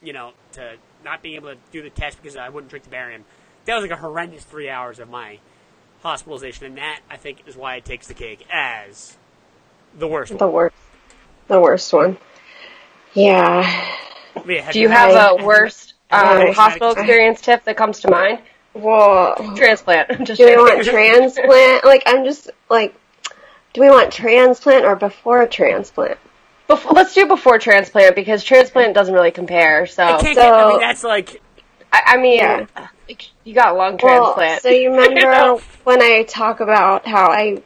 [SPEAKER 1] you know to not being able to do the test because I wouldn't drink the barium. That was like a horrendous three hours of my hospitalization, and that I think is why it takes the cake as the worst
[SPEAKER 3] The
[SPEAKER 1] one.
[SPEAKER 3] worst. The worst one. Yeah.
[SPEAKER 1] Yeah, have
[SPEAKER 4] Do you have
[SPEAKER 3] Right.
[SPEAKER 4] a worst
[SPEAKER 1] Right.
[SPEAKER 4] um, hospital experience tip that comes to mind?
[SPEAKER 3] Well,
[SPEAKER 4] Transplant. I'm just
[SPEAKER 3] do we
[SPEAKER 4] joking.
[SPEAKER 3] want transplant? Like, I'm just like, do we want transplant or before transplant?
[SPEAKER 4] Bef- let's do before transplant because transplant doesn't really compare. So
[SPEAKER 1] I
[SPEAKER 4] I,
[SPEAKER 1] can't get, I mean,
[SPEAKER 3] so-
[SPEAKER 1] that's like
[SPEAKER 4] I mean,
[SPEAKER 3] Yeah.
[SPEAKER 4] like, you got a lung
[SPEAKER 3] Well,
[SPEAKER 4] transplant.
[SPEAKER 3] so you
[SPEAKER 4] know?
[SPEAKER 3] remember when I talk about how I,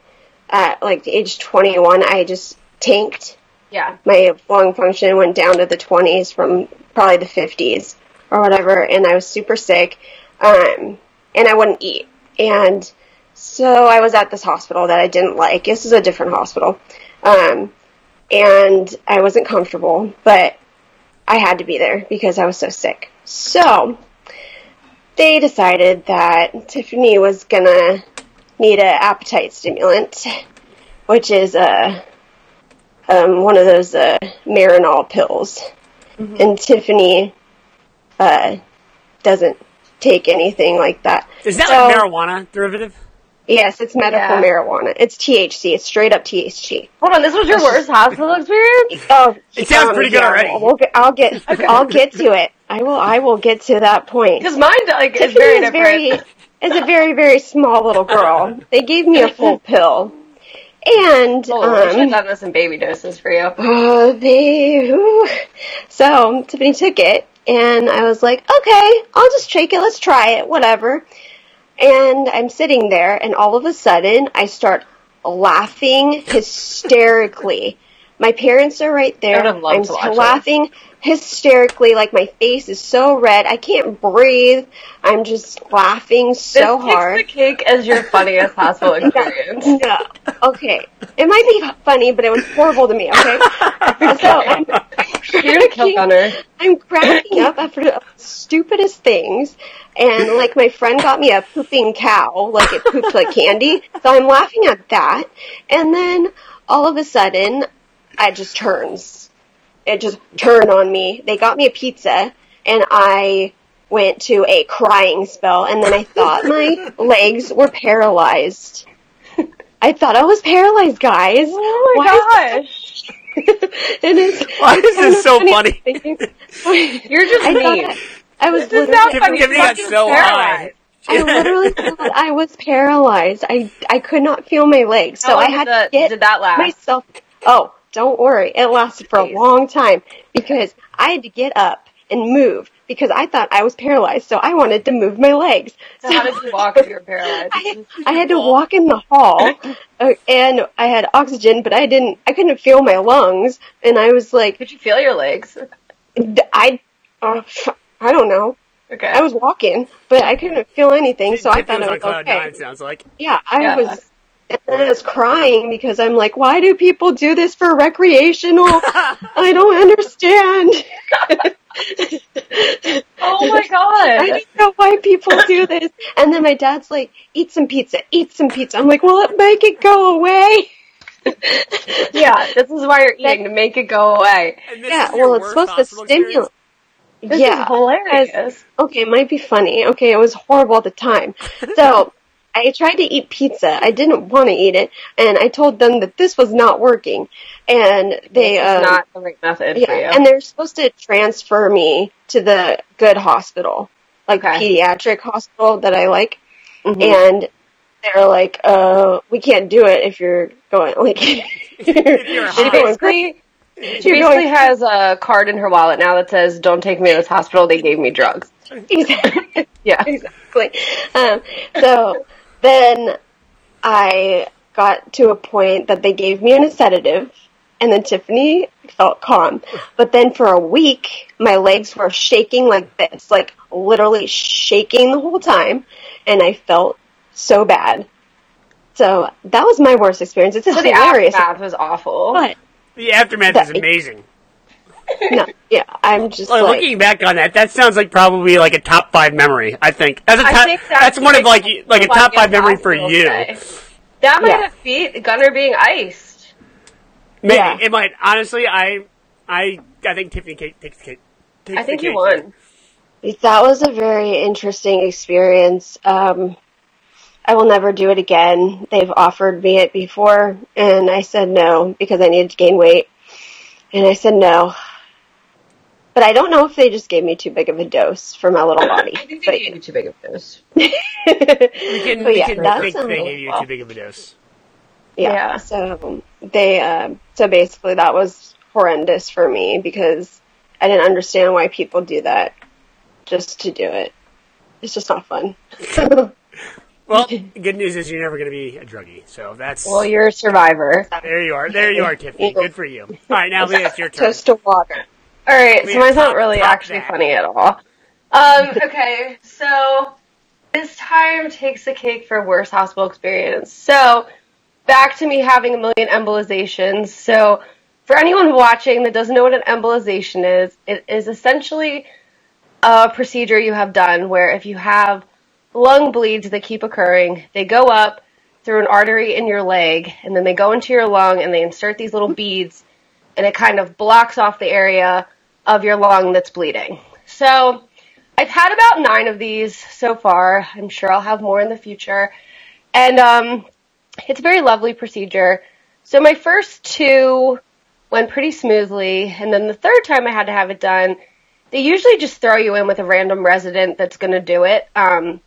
[SPEAKER 3] at like age 21, I just tanked.
[SPEAKER 4] yeah,
[SPEAKER 3] My lung function went down to the 20s from probably the 50s or whatever, and I was super sick, um, and I wouldn't eat. And so I was at this hospital that I didn't like. This is a different hospital. Um, and I wasn't comfortable, but I had to be there because I was so sick. So they decided that Tiffany was gonna need an appetite stimulant, which is uh, um, one of those uh, Marinol pills.
[SPEAKER 4] Mm-hmm.
[SPEAKER 3] And Tiffany uh, doesn't take anything like that.
[SPEAKER 1] is that
[SPEAKER 3] So-
[SPEAKER 1] like marijuana derivative?
[SPEAKER 3] Yes, it's medical
[SPEAKER 4] Yeah.
[SPEAKER 3] marijuana. It's THC. It's straight up THC.
[SPEAKER 4] hold on. This was your worst hospital experience.
[SPEAKER 3] Oh,
[SPEAKER 1] It sounds pretty good already.
[SPEAKER 3] We'll get, I'll get. I'll get to it. I will. I will get to that point.
[SPEAKER 4] Because mine like is
[SPEAKER 3] Tiffany
[SPEAKER 4] very
[SPEAKER 3] is
[SPEAKER 4] different.
[SPEAKER 3] very is a very very small little girl. They gave me a full pill, and
[SPEAKER 4] Oh, I should have
[SPEAKER 3] um,
[SPEAKER 4] done this in baby doses for you.
[SPEAKER 3] uh, they. whew. So Tiffany took it, and I was like, okay, I'll just take it. Let's try it. Whatever. And I'm sitting there, and all of a sudden, I start laughing hysterically. My parents are right there.
[SPEAKER 4] I would have loved
[SPEAKER 3] I'm
[SPEAKER 4] to watch this.
[SPEAKER 3] laughing hysterically. Like my face is so red, I can't breathe. I'm just laughing
[SPEAKER 4] This
[SPEAKER 3] so
[SPEAKER 4] takes
[SPEAKER 3] hard.
[SPEAKER 4] the cake as your funniest hospital experience.
[SPEAKER 3] No. Okay. It might be funny, but it was horrible to me, okay? so I'm,
[SPEAKER 4] You're gonna kill Gunner.
[SPEAKER 3] I'm cracking up after the stupidest things. And, like, my friend got me a pooping cow. Like, it pooped like candy. So I'm laughing at that. And then, all of a sudden, it just turns. It just turned on me. They got me a pizza, and I went to a crying spell. And then I thought my legs were paralyzed. I thought I was paralyzed, guys.
[SPEAKER 4] Oh my
[SPEAKER 3] Why
[SPEAKER 4] gosh.
[SPEAKER 3] is- and it's,
[SPEAKER 1] Why is this so funny?
[SPEAKER 4] You're just
[SPEAKER 3] I thought
[SPEAKER 4] mean.
[SPEAKER 3] that- I was
[SPEAKER 4] This is
[SPEAKER 3] literally,
[SPEAKER 4] not
[SPEAKER 1] Tiffany-
[SPEAKER 4] funny.
[SPEAKER 1] Tiffany
[SPEAKER 4] You're
[SPEAKER 1] got
[SPEAKER 4] fucking
[SPEAKER 1] so
[SPEAKER 4] paralyzed.
[SPEAKER 3] I literally thought I was paralyzed. I I could not feel my legs,
[SPEAKER 4] How
[SPEAKER 3] so
[SPEAKER 4] long
[SPEAKER 3] I
[SPEAKER 4] did
[SPEAKER 3] had
[SPEAKER 4] the-
[SPEAKER 3] to get
[SPEAKER 4] Oh, did that last?
[SPEAKER 3] myself. Oh, don't worry, it lasted for a
[SPEAKER 4] Jeez.
[SPEAKER 3] long time because I had to get up and move because I thought I was paralyzed, so I wanted to move my legs.
[SPEAKER 4] So how did you walk if you were paralyzed?
[SPEAKER 3] I, I had to walk in the hall, uh, and I had oxygen, but I didn't. I couldn't feel my lungs, and I was like,
[SPEAKER 4] Could you feel your legs?
[SPEAKER 3] d- I, uh, f- I don't know.
[SPEAKER 4] Okay.
[SPEAKER 3] I was walking, but I couldn't feel anything, so I thought
[SPEAKER 1] was
[SPEAKER 3] it
[SPEAKER 1] on
[SPEAKER 3] was
[SPEAKER 1] cloud
[SPEAKER 3] okay.
[SPEAKER 1] nine. Sounds like
[SPEAKER 3] Yeah, I
[SPEAKER 4] Yeah.
[SPEAKER 3] was. And then I was crying because I'm like, why do people do this for recreational? I don't understand.
[SPEAKER 4] oh my god.
[SPEAKER 3] I don't know why people do this. And then my dad's like, eat some pizza, eat some pizza. I'm like, will it make it go away?
[SPEAKER 4] Yeah, this is why you're eating to make it go away.
[SPEAKER 1] and this
[SPEAKER 3] yeah,
[SPEAKER 1] is your
[SPEAKER 3] well, it's
[SPEAKER 1] worst
[SPEAKER 3] supposed to
[SPEAKER 1] hospital experience?
[SPEAKER 3] stimulate.
[SPEAKER 4] This
[SPEAKER 3] yeah,
[SPEAKER 4] is hilarious.
[SPEAKER 3] okay, it might be funny. Okay, it was horrible at the time. So I tried to eat pizza. I didn't want to eat it, and I told them that this was not working, and they um,
[SPEAKER 4] not the right method for you.
[SPEAKER 3] yeah, and they're supposed to transfer me to the good hospital, like
[SPEAKER 4] Okay. Mm-hmm.
[SPEAKER 3] pediatric hospital that I like, and they're like, uh, we can't do it if you're going like
[SPEAKER 1] you're
[SPEAKER 4] she
[SPEAKER 1] high.
[SPEAKER 3] going crazy.
[SPEAKER 4] basically, she basically has a card in her wallet now that says, "Don't take me to this hospital. They gave me drugs."
[SPEAKER 3] Exactly.
[SPEAKER 4] Yeah.
[SPEAKER 3] exactly. Um, so then I got to a point that they gave me a sedative, and then Tiffany felt calm. But then for a week, my legs were shaking like this, like literally shaking the whole time, and I felt so bad. So that was my worst experience. It's
[SPEAKER 4] So the
[SPEAKER 3] hilarious,
[SPEAKER 4] aftermath was awful.
[SPEAKER 3] but
[SPEAKER 1] The aftermath is
[SPEAKER 3] That-
[SPEAKER 1] amazing.
[SPEAKER 3] no, yeah, I'm just
[SPEAKER 1] Like,
[SPEAKER 3] like,
[SPEAKER 1] looking back on that, that sounds like probably like a top five memory. I think that's a
[SPEAKER 4] I
[SPEAKER 1] top,
[SPEAKER 4] think
[SPEAKER 1] that's, one of like y- like a
[SPEAKER 4] what
[SPEAKER 1] top
[SPEAKER 4] your
[SPEAKER 1] five memory for
[SPEAKER 4] hospital
[SPEAKER 1] you.
[SPEAKER 4] say. That might
[SPEAKER 3] Yeah.
[SPEAKER 4] have beat Gunner being iced.
[SPEAKER 1] Maybe
[SPEAKER 3] Yeah.
[SPEAKER 1] it might. Honestly, I I I think Tiffany Kate takes the cake. Takes
[SPEAKER 4] I think
[SPEAKER 1] the
[SPEAKER 4] you
[SPEAKER 1] cake.
[SPEAKER 4] won.
[SPEAKER 3] That was a very interesting experience. Um, I will never do it again. They've offered me it before, and I said no because I needed to gain weight. And I said no. But I don't know if they just gave me too big of a dose for my little body.
[SPEAKER 4] I think
[SPEAKER 3] But-
[SPEAKER 4] they gave you too big of a dose.
[SPEAKER 1] We can,
[SPEAKER 3] But
[SPEAKER 1] we
[SPEAKER 3] yeah,
[SPEAKER 1] can
[SPEAKER 3] that
[SPEAKER 1] think
[SPEAKER 3] was
[SPEAKER 1] they gave you
[SPEAKER 3] unbelievable.
[SPEAKER 1] too big of a dose.
[SPEAKER 3] yeah.
[SPEAKER 4] Yeah.
[SPEAKER 3] So they, uh, so basically, that was horrendous for me because I didn't understand why people do that just to do it. It's just not fun.
[SPEAKER 1] Well, good news is you're never going to be a druggie. So that's
[SPEAKER 4] Well, you're a survivor.
[SPEAKER 1] there. You are there. You are Tiffany. Good for you. All right, now Leah, it's your turn.
[SPEAKER 3] Toast to water.
[SPEAKER 4] All right,
[SPEAKER 1] We
[SPEAKER 4] so mine's
[SPEAKER 1] top-
[SPEAKER 4] not really
[SPEAKER 1] top
[SPEAKER 4] actually
[SPEAKER 1] that.
[SPEAKER 4] funny at all. Um, okay, so this time takes the cake for worst hospital experience. So back to me having a million embolizations. So for anyone watching that doesn't know what an embolization is, it is essentially a procedure you have done where if you have lung bleeds that keep occurring, they go up through an artery in your leg and then they go into your lung and they insert these little beads and it kind of blocks off the area of your lung that's bleeding. So I've had about nine of these so far. I'm sure I'll have more in the future. And um, it's a very lovely procedure. So my first two went pretty smoothly. And then the third time I had to have it done, they usually just throw you in with a random resident that's going to do it. Um,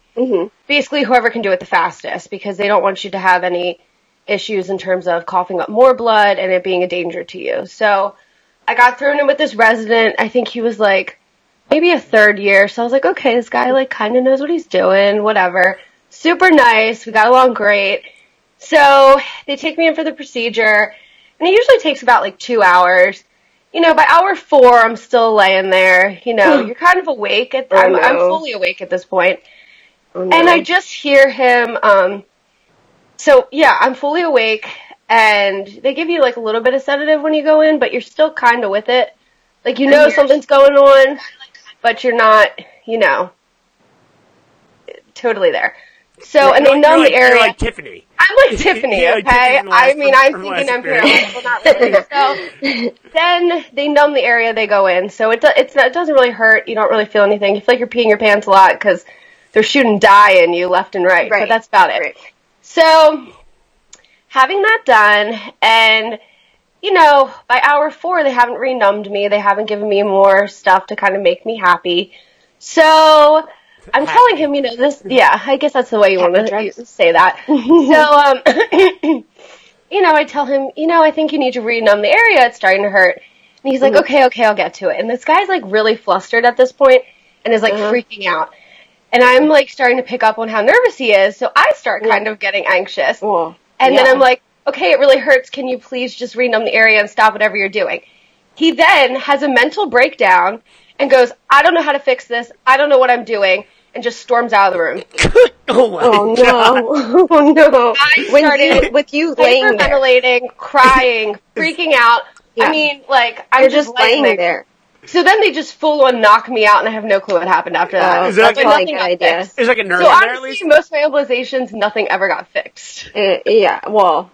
[SPEAKER 4] Basically, whoever can do it the fastest because they don't want you to have any issues in terms of coughing up more blood and it being a danger to you. So I got thrown in with this resident. I think he was like maybe a third year. So I was like, okay, this guy like kind of knows what he's doing, whatever. Super nice. We got along great. So they take me in for the procedure and it usually takes about like two hours. You know, by hour four, I'm still laying there. You know, you're kind of awake. At,
[SPEAKER 3] Oh,
[SPEAKER 4] I'm, I'm
[SPEAKER 3] no.
[SPEAKER 4] fully awake at this point.
[SPEAKER 3] Oh,
[SPEAKER 4] And
[SPEAKER 3] no.
[SPEAKER 4] I just hear him. Um, so yeah, I'm fully awake, and they give you like a little bit of sedative when you go in, but you're still kind of with it. Like you know something's going on, but you're not. You know, totally there. So and
[SPEAKER 1] You're like-
[SPEAKER 4] they numb
[SPEAKER 1] you're
[SPEAKER 4] the
[SPEAKER 1] like-
[SPEAKER 4] area.
[SPEAKER 1] You're like Tiffany.
[SPEAKER 4] I'm like Tiffany,
[SPEAKER 1] Yeah, like
[SPEAKER 4] okay?
[SPEAKER 1] Tiffany from the last-
[SPEAKER 4] I mean, I'm
[SPEAKER 1] from the
[SPEAKER 4] thinking
[SPEAKER 1] last
[SPEAKER 4] I'm paranoid,
[SPEAKER 1] experience.
[SPEAKER 4] but not really. So then they numb the area they go in, so it do, it's not, it doesn't really hurt. You don't really feel anything. You feel like you're peeing your pants a lot because they're shooting dye in you left and right,
[SPEAKER 3] Right,
[SPEAKER 4] but that's about it.
[SPEAKER 3] right.
[SPEAKER 4] So having that done, and you know, by hour four, they haven't renumbed me. They haven't given me more stuff to kind of make me happy. So I'm telling him, you know, this. Yeah, I guess that's the way you want
[SPEAKER 3] Happy
[SPEAKER 4] to
[SPEAKER 3] drugs.
[SPEAKER 4] say that. so, um, you know, I tell him, you know, I think you need to renumb the area. It's starting to hurt. And he's like, okay, okay, I'll get to it. And this guy's like really flustered at this point and is like freaking out. And I'm like starting to pick up on how nervous he is. So I start kind of getting anxious.
[SPEAKER 3] Well,
[SPEAKER 4] And
[SPEAKER 3] Mm. yeah.
[SPEAKER 4] then I'm like, okay, it really hurts. Can you please just renumb the area and stop whatever you're doing? He then has a mental breakdown and goes, I don't know how to fix this. I don't know what I'm doing. And just storms out of the room.
[SPEAKER 1] Oh my
[SPEAKER 3] oh
[SPEAKER 1] god!
[SPEAKER 3] no, oh no.
[SPEAKER 4] I
[SPEAKER 3] When
[SPEAKER 4] started
[SPEAKER 3] you, with you laying there,
[SPEAKER 4] Hyperventilating, crying, freaking out.
[SPEAKER 3] Yeah.
[SPEAKER 4] I mean, like, I'm
[SPEAKER 3] you're just laying there.
[SPEAKER 4] So then they just full on knock me out, and I have no clue what happened after that.
[SPEAKER 3] Oh,
[SPEAKER 1] Is that
[SPEAKER 4] But
[SPEAKER 1] like-
[SPEAKER 4] Uh, nothing
[SPEAKER 3] Good
[SPEAKER 4] got
[SPEAKER 3] idea.
[SPEAKER 4] fixed.
[SPEAKER 1] There's like a nurse
[SPEAKER 4] So
[SPEAKER 1] in there at least.
[SPEAKER 4] honestly, most of my mobilizations, nothing ever got fixed.
[SPEAKER 3] Uh, yeah, well,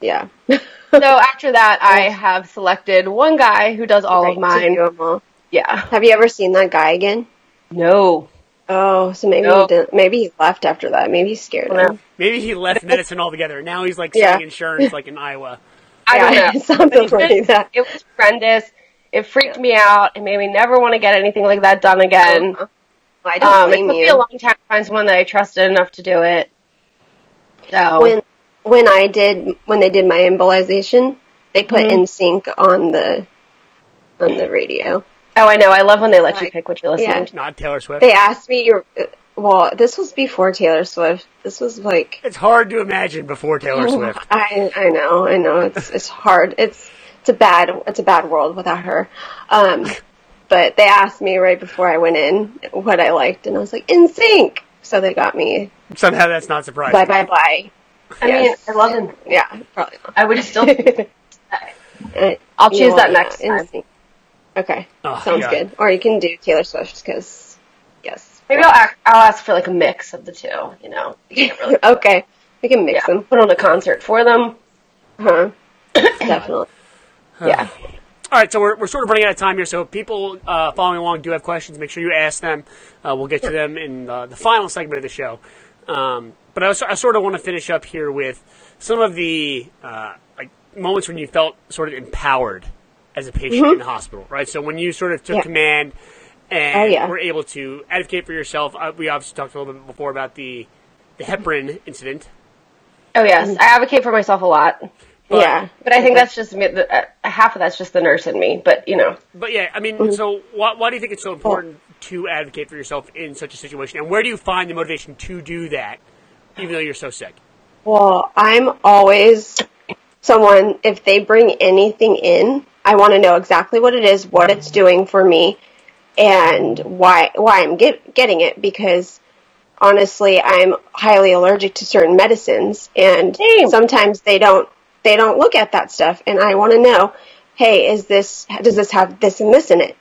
[SPEAKER 3] yeah.
[SPEAKER 4] So after that, I have selected one guy who does all
[SPEAKER 3] Right,
[SPEAKER 4] of
[SPEAKER 3] to
[SPEAKER 4] mine.
[SPEAKER 3] do 'em all.
[SPEAKER 4] Yeah.
[SPEAKER 3] Have you ever seen that guy again?
[SPEAKER 4] No.
[SPEAKER 3] Oh, so maybe
[SPEAKER 4] No.
[SPEAKER 3] he didn't, maybe he left after that. Maybe he scared
[SPEAKER 4] No.
[SPEAKER 3] him.
[SPEAKER 1] Maybe he left medicine altogether. Now he's like
[SPEAKER 3] Yeah.
[SPEAKER 1] selling insurance, like in Iowa.
[SPEAKER 4] I don't
[SPEAKER 3] Yeah,
[SPEAKER 4] know.
[SPEAKER 3] something
[SPEAKER 4] But
[SPEAKER 3] like
[SPEAKER 4] it,
[SPEAKER 3] that.
[SPEAKER 4] it was horrendous. It freaked me out. It made me never want to get anything like that done
[SPEAKER 3] Oh,
[SPEAKER 4] again.
[SPEAKER 5] I don't
[SPEAKER 4] Um, it
[SPEAKER 5] blame
[SPEAKER 4] took me
[SPEAKER 5] you.
[SPEAKER 4] a long time to find someone that I trusted enough to do it. So
[SPEAKER 3] when when I did when they did my embolization, they put in sync on the on the radio.
[SPEAKER 4] oh, I know. I love when they let you
[SPEAKER 3] Like,
[SPEAKER 4] pick what you're listening
[SPEAKER 3] yeah.
[SPEAKER 4] to.
[SPEAKER 1] Not Taylor Swift.
[SPEAKER 3] They asked me your well, this was before Taylor Swift. This was like
[SPEAKER 1] it's hard to imagine before Taylor
[SPEAKER 3] Oh.
[SPEAKER 1] Swift.
[SPEAKER 3] I I know, I know. It's it's hard. It's it's a bad it's a bad world without her. Um but they asked me right before I went in what I liked and I was like, In sync So they got me
[SPEAKER 1] Somehow that's not surprising.
[SPEAKER 3] bye bye bye.
[SPEAKER 4] I
[SPEAKER 3] Yes.
[SPEAKER 4] mean, I love them.
[SPEAKER 3] Yeah, probably not.
[SPEAKER 4] I would still.
[SPEAKER 3] Uh,
[SPEAKER 4] I'll
[SPEAKER 3] you
[SPEAKER 4] choose
[SPEAKER 3] know,
[SPEAKER 4] that next
[SPEAKER 3] yeah,
[SPEAKER 4] time.
[SPEAKER 3] NSYNC. Okay.
[SPEAKER 1] Oh,
[SPEAKER 3] Sounds
[SPEAKER 1] God.
[SPEAKER 3] good. Or you can do Taylor Swift because, yes.
[SPEAKER 4] Maybe I'll, ask, I'll ask for like a mix of the two. You know, you can't really
[SPEAKER 3] okay. We can mix
[SPEAKER 4] yeah,
[SPEAKER 3] them.
[SPEAKER 4] put on a concert for them.
[SPEAKER 3] Huh? Definitely.
[SPEAKER 4] Yeah.
[SPEAKER 1] All right, so we're, we're sort of running out of time here. So if people uh, following along do have questions, make sure you ask them. Uh, we'll get to them in uh, the final segment of the show. Um, but I, was, I sort of want to finish up here with some of the uh, like moments when you felt sort of empowered as a patient in the hospital, right? So when you sort of took
[SPEAKER 3] Mm-hmm. Yeah.
[SPEAKER 1] command and
[SPEAKER 3] Oh, yeah.
[SPEAKER 1] were able to advocate for yourself. Uh, we obviously talked a little bit before about the the heparin incident.
[SPEAKER 4] Oh yes, I advocate for myself a lot,
[SPEAKER 3] yeah.
[SPEAKER 4] but I think that's just me. The, uh, half of that's just the nurse in me. But you know,
[SPEAKER 1] But yeah, I mean, so why, why do you think it's so important to advocate for yourself in such a situation? And where do you find the motivation to do that, even though you're so sick?
[SPEAKER 3] Well, I'm always someone, if they bring anything in, I want to know exactly what it is, what it's doing for me, and why why I'm get, getting it because honestly, I'm highly allergic to certain medicines and
[SPEAKER 4] Same.
[SPEAKER 3] sometimes they don't they don't look at that stuff and I want to know, hey, is this does this have this and this in it?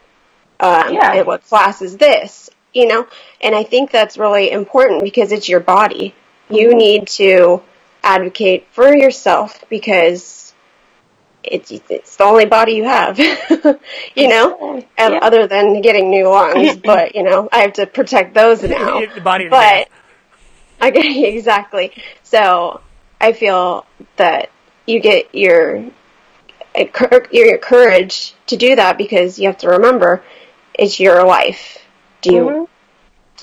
[SPEAKER 3] Um,
[SPEAKER 4] Yeah.
[SPEAKER 3] and what class is this? You know, and I think that's really important because it's your body. You need to advocate for yourself because it's it's the only body you have. you know, and
[SPEAKER 4] Yeah.
[SPEAKER 3] other than getting new lungs, but you know, I have to protect those now.
[SPEAKER 1] The body and the
[SPEAKER 3] but okay, exactly. So I feel that you get your your your courage to do that because you have to remember it's your life. Do you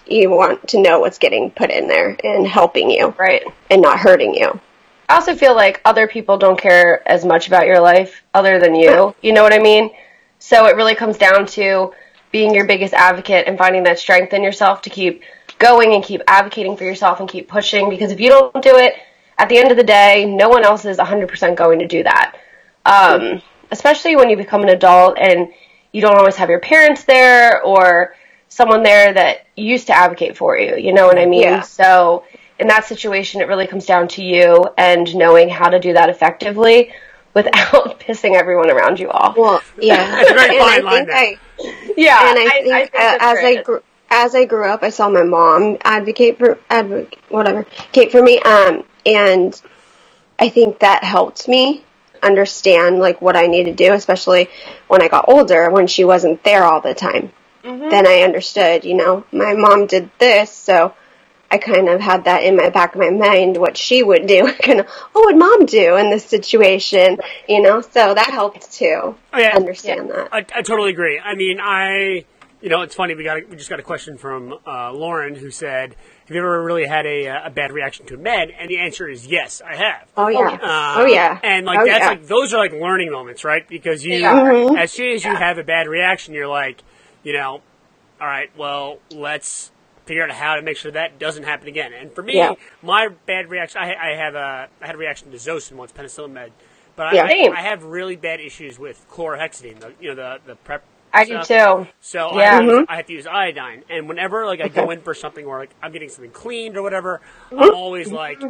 [SPEAKER 1] Mm-hmm.
[SPEAKER 3] you want to know what's getting put in there and helping you
[SPEAKER 4] right.
[SPEAKER 3] and not hurting you?
[SPEAKER 4] I also feel like other people don't care as much about your life other than you. You know what I mean? So it really comes down to being your biggest advocate and finding that strength in yourself to keep going and keep advocating for yourself and keep pushing because if you don't do it, at the end of the day, no one else is 100% going to do that. Um, especially when you become an adult and you don't always have your parents there or someone there that used to advocate for you. You know what I mean?
[SPEAKER 3] Yeah.
[SPEAKER 4] So in that situation, it really comes down to you and knowing how to do that effectively without pissing everyone around you off.
[SPEAKER 3] Well, yeah.
[SPEAKER 1] It's a very
[SPEAKER 3] and
[SPEAKER 1] fine
[SPEAKER 3] I
[SPEAKER 1] line
[SPEAKER 3] think
[SPEAKER 1] there.
[SPEAKER 3] I
[SPEAKER 4] Yeah,
[SPEAKER 3] and I think, uh,
[SPEAKER 4] that's
[SPEAKER 3] as
[SPEAKER 4] right.
[SPEAKER 3] I grew, as I grew up, I saw my mom advocate for advocate whatever advocate for me, um, and I think that helped me understand like what I need to do, especially when I got older, when she wasn't there all the time. Then I understood, you know, my mom did this, so I kind of had that in my back of my mind what she would do, kind of what would mom do in this situation, you know. So that helped too.
[SPEAKER 1] Oh, yeah.
[SPEAKER 3] understand that.
[SPEAKER 1] I, I totally agree. I mean, I, you know, it's funny. We got a, we just got a question from uh, Lauren who said, "Have you ever really had a, uh, a bad reaction to a med?" And the answer is yes, I have.
[SPEAKER 3] Oh yeah.
[SPEAKER 1] Uh,
[SPEAKER 3] oh yeah.
[SPEAKER 1] And like
[SPEAKER 3] Oh,
[SPEAKER 1] that's
[SPEAKER 3] yeah. Mm-hmm.
[SPEAKER 1] like those are like learning moments, right? Because you,
[SPEAKER 4] are.
[SPEAKER 1] as soon as you have a bad reaction, you're like, you know, all right, well, let's figure out how to make sure that doesn't happen again. And for me,
[SPEAKER 3] Yeah.
[SPEAKER 1] my bad reaction, I, I have a, I had a reaction to Zosin once, penicillin med, but
[SPEAKER 3] Yeah.
[SPEAKER 1] I,
[SPEAKER 4] Same.
[SPEAKER 1] I, I have really bad issues with chlorhexidine, the, you know, the the prep.
[SPEAKER 4] I do
[SPEAKER 1] stuff.
[SPEAKER 4] too.
[SPEAKER 1] So I,
[SPEAKER 4] Yeah.
[SPEAKER 1] have
[SPEAKER 4] Mm-hmm.
[SPEAKER 1] to use, I have to use iodine, and whenever like I go in for something or like I'm getting something cleaned or whatever,
[SPEAKER 4] Mm-hmm.
[SPEAKER 1] I'm always like,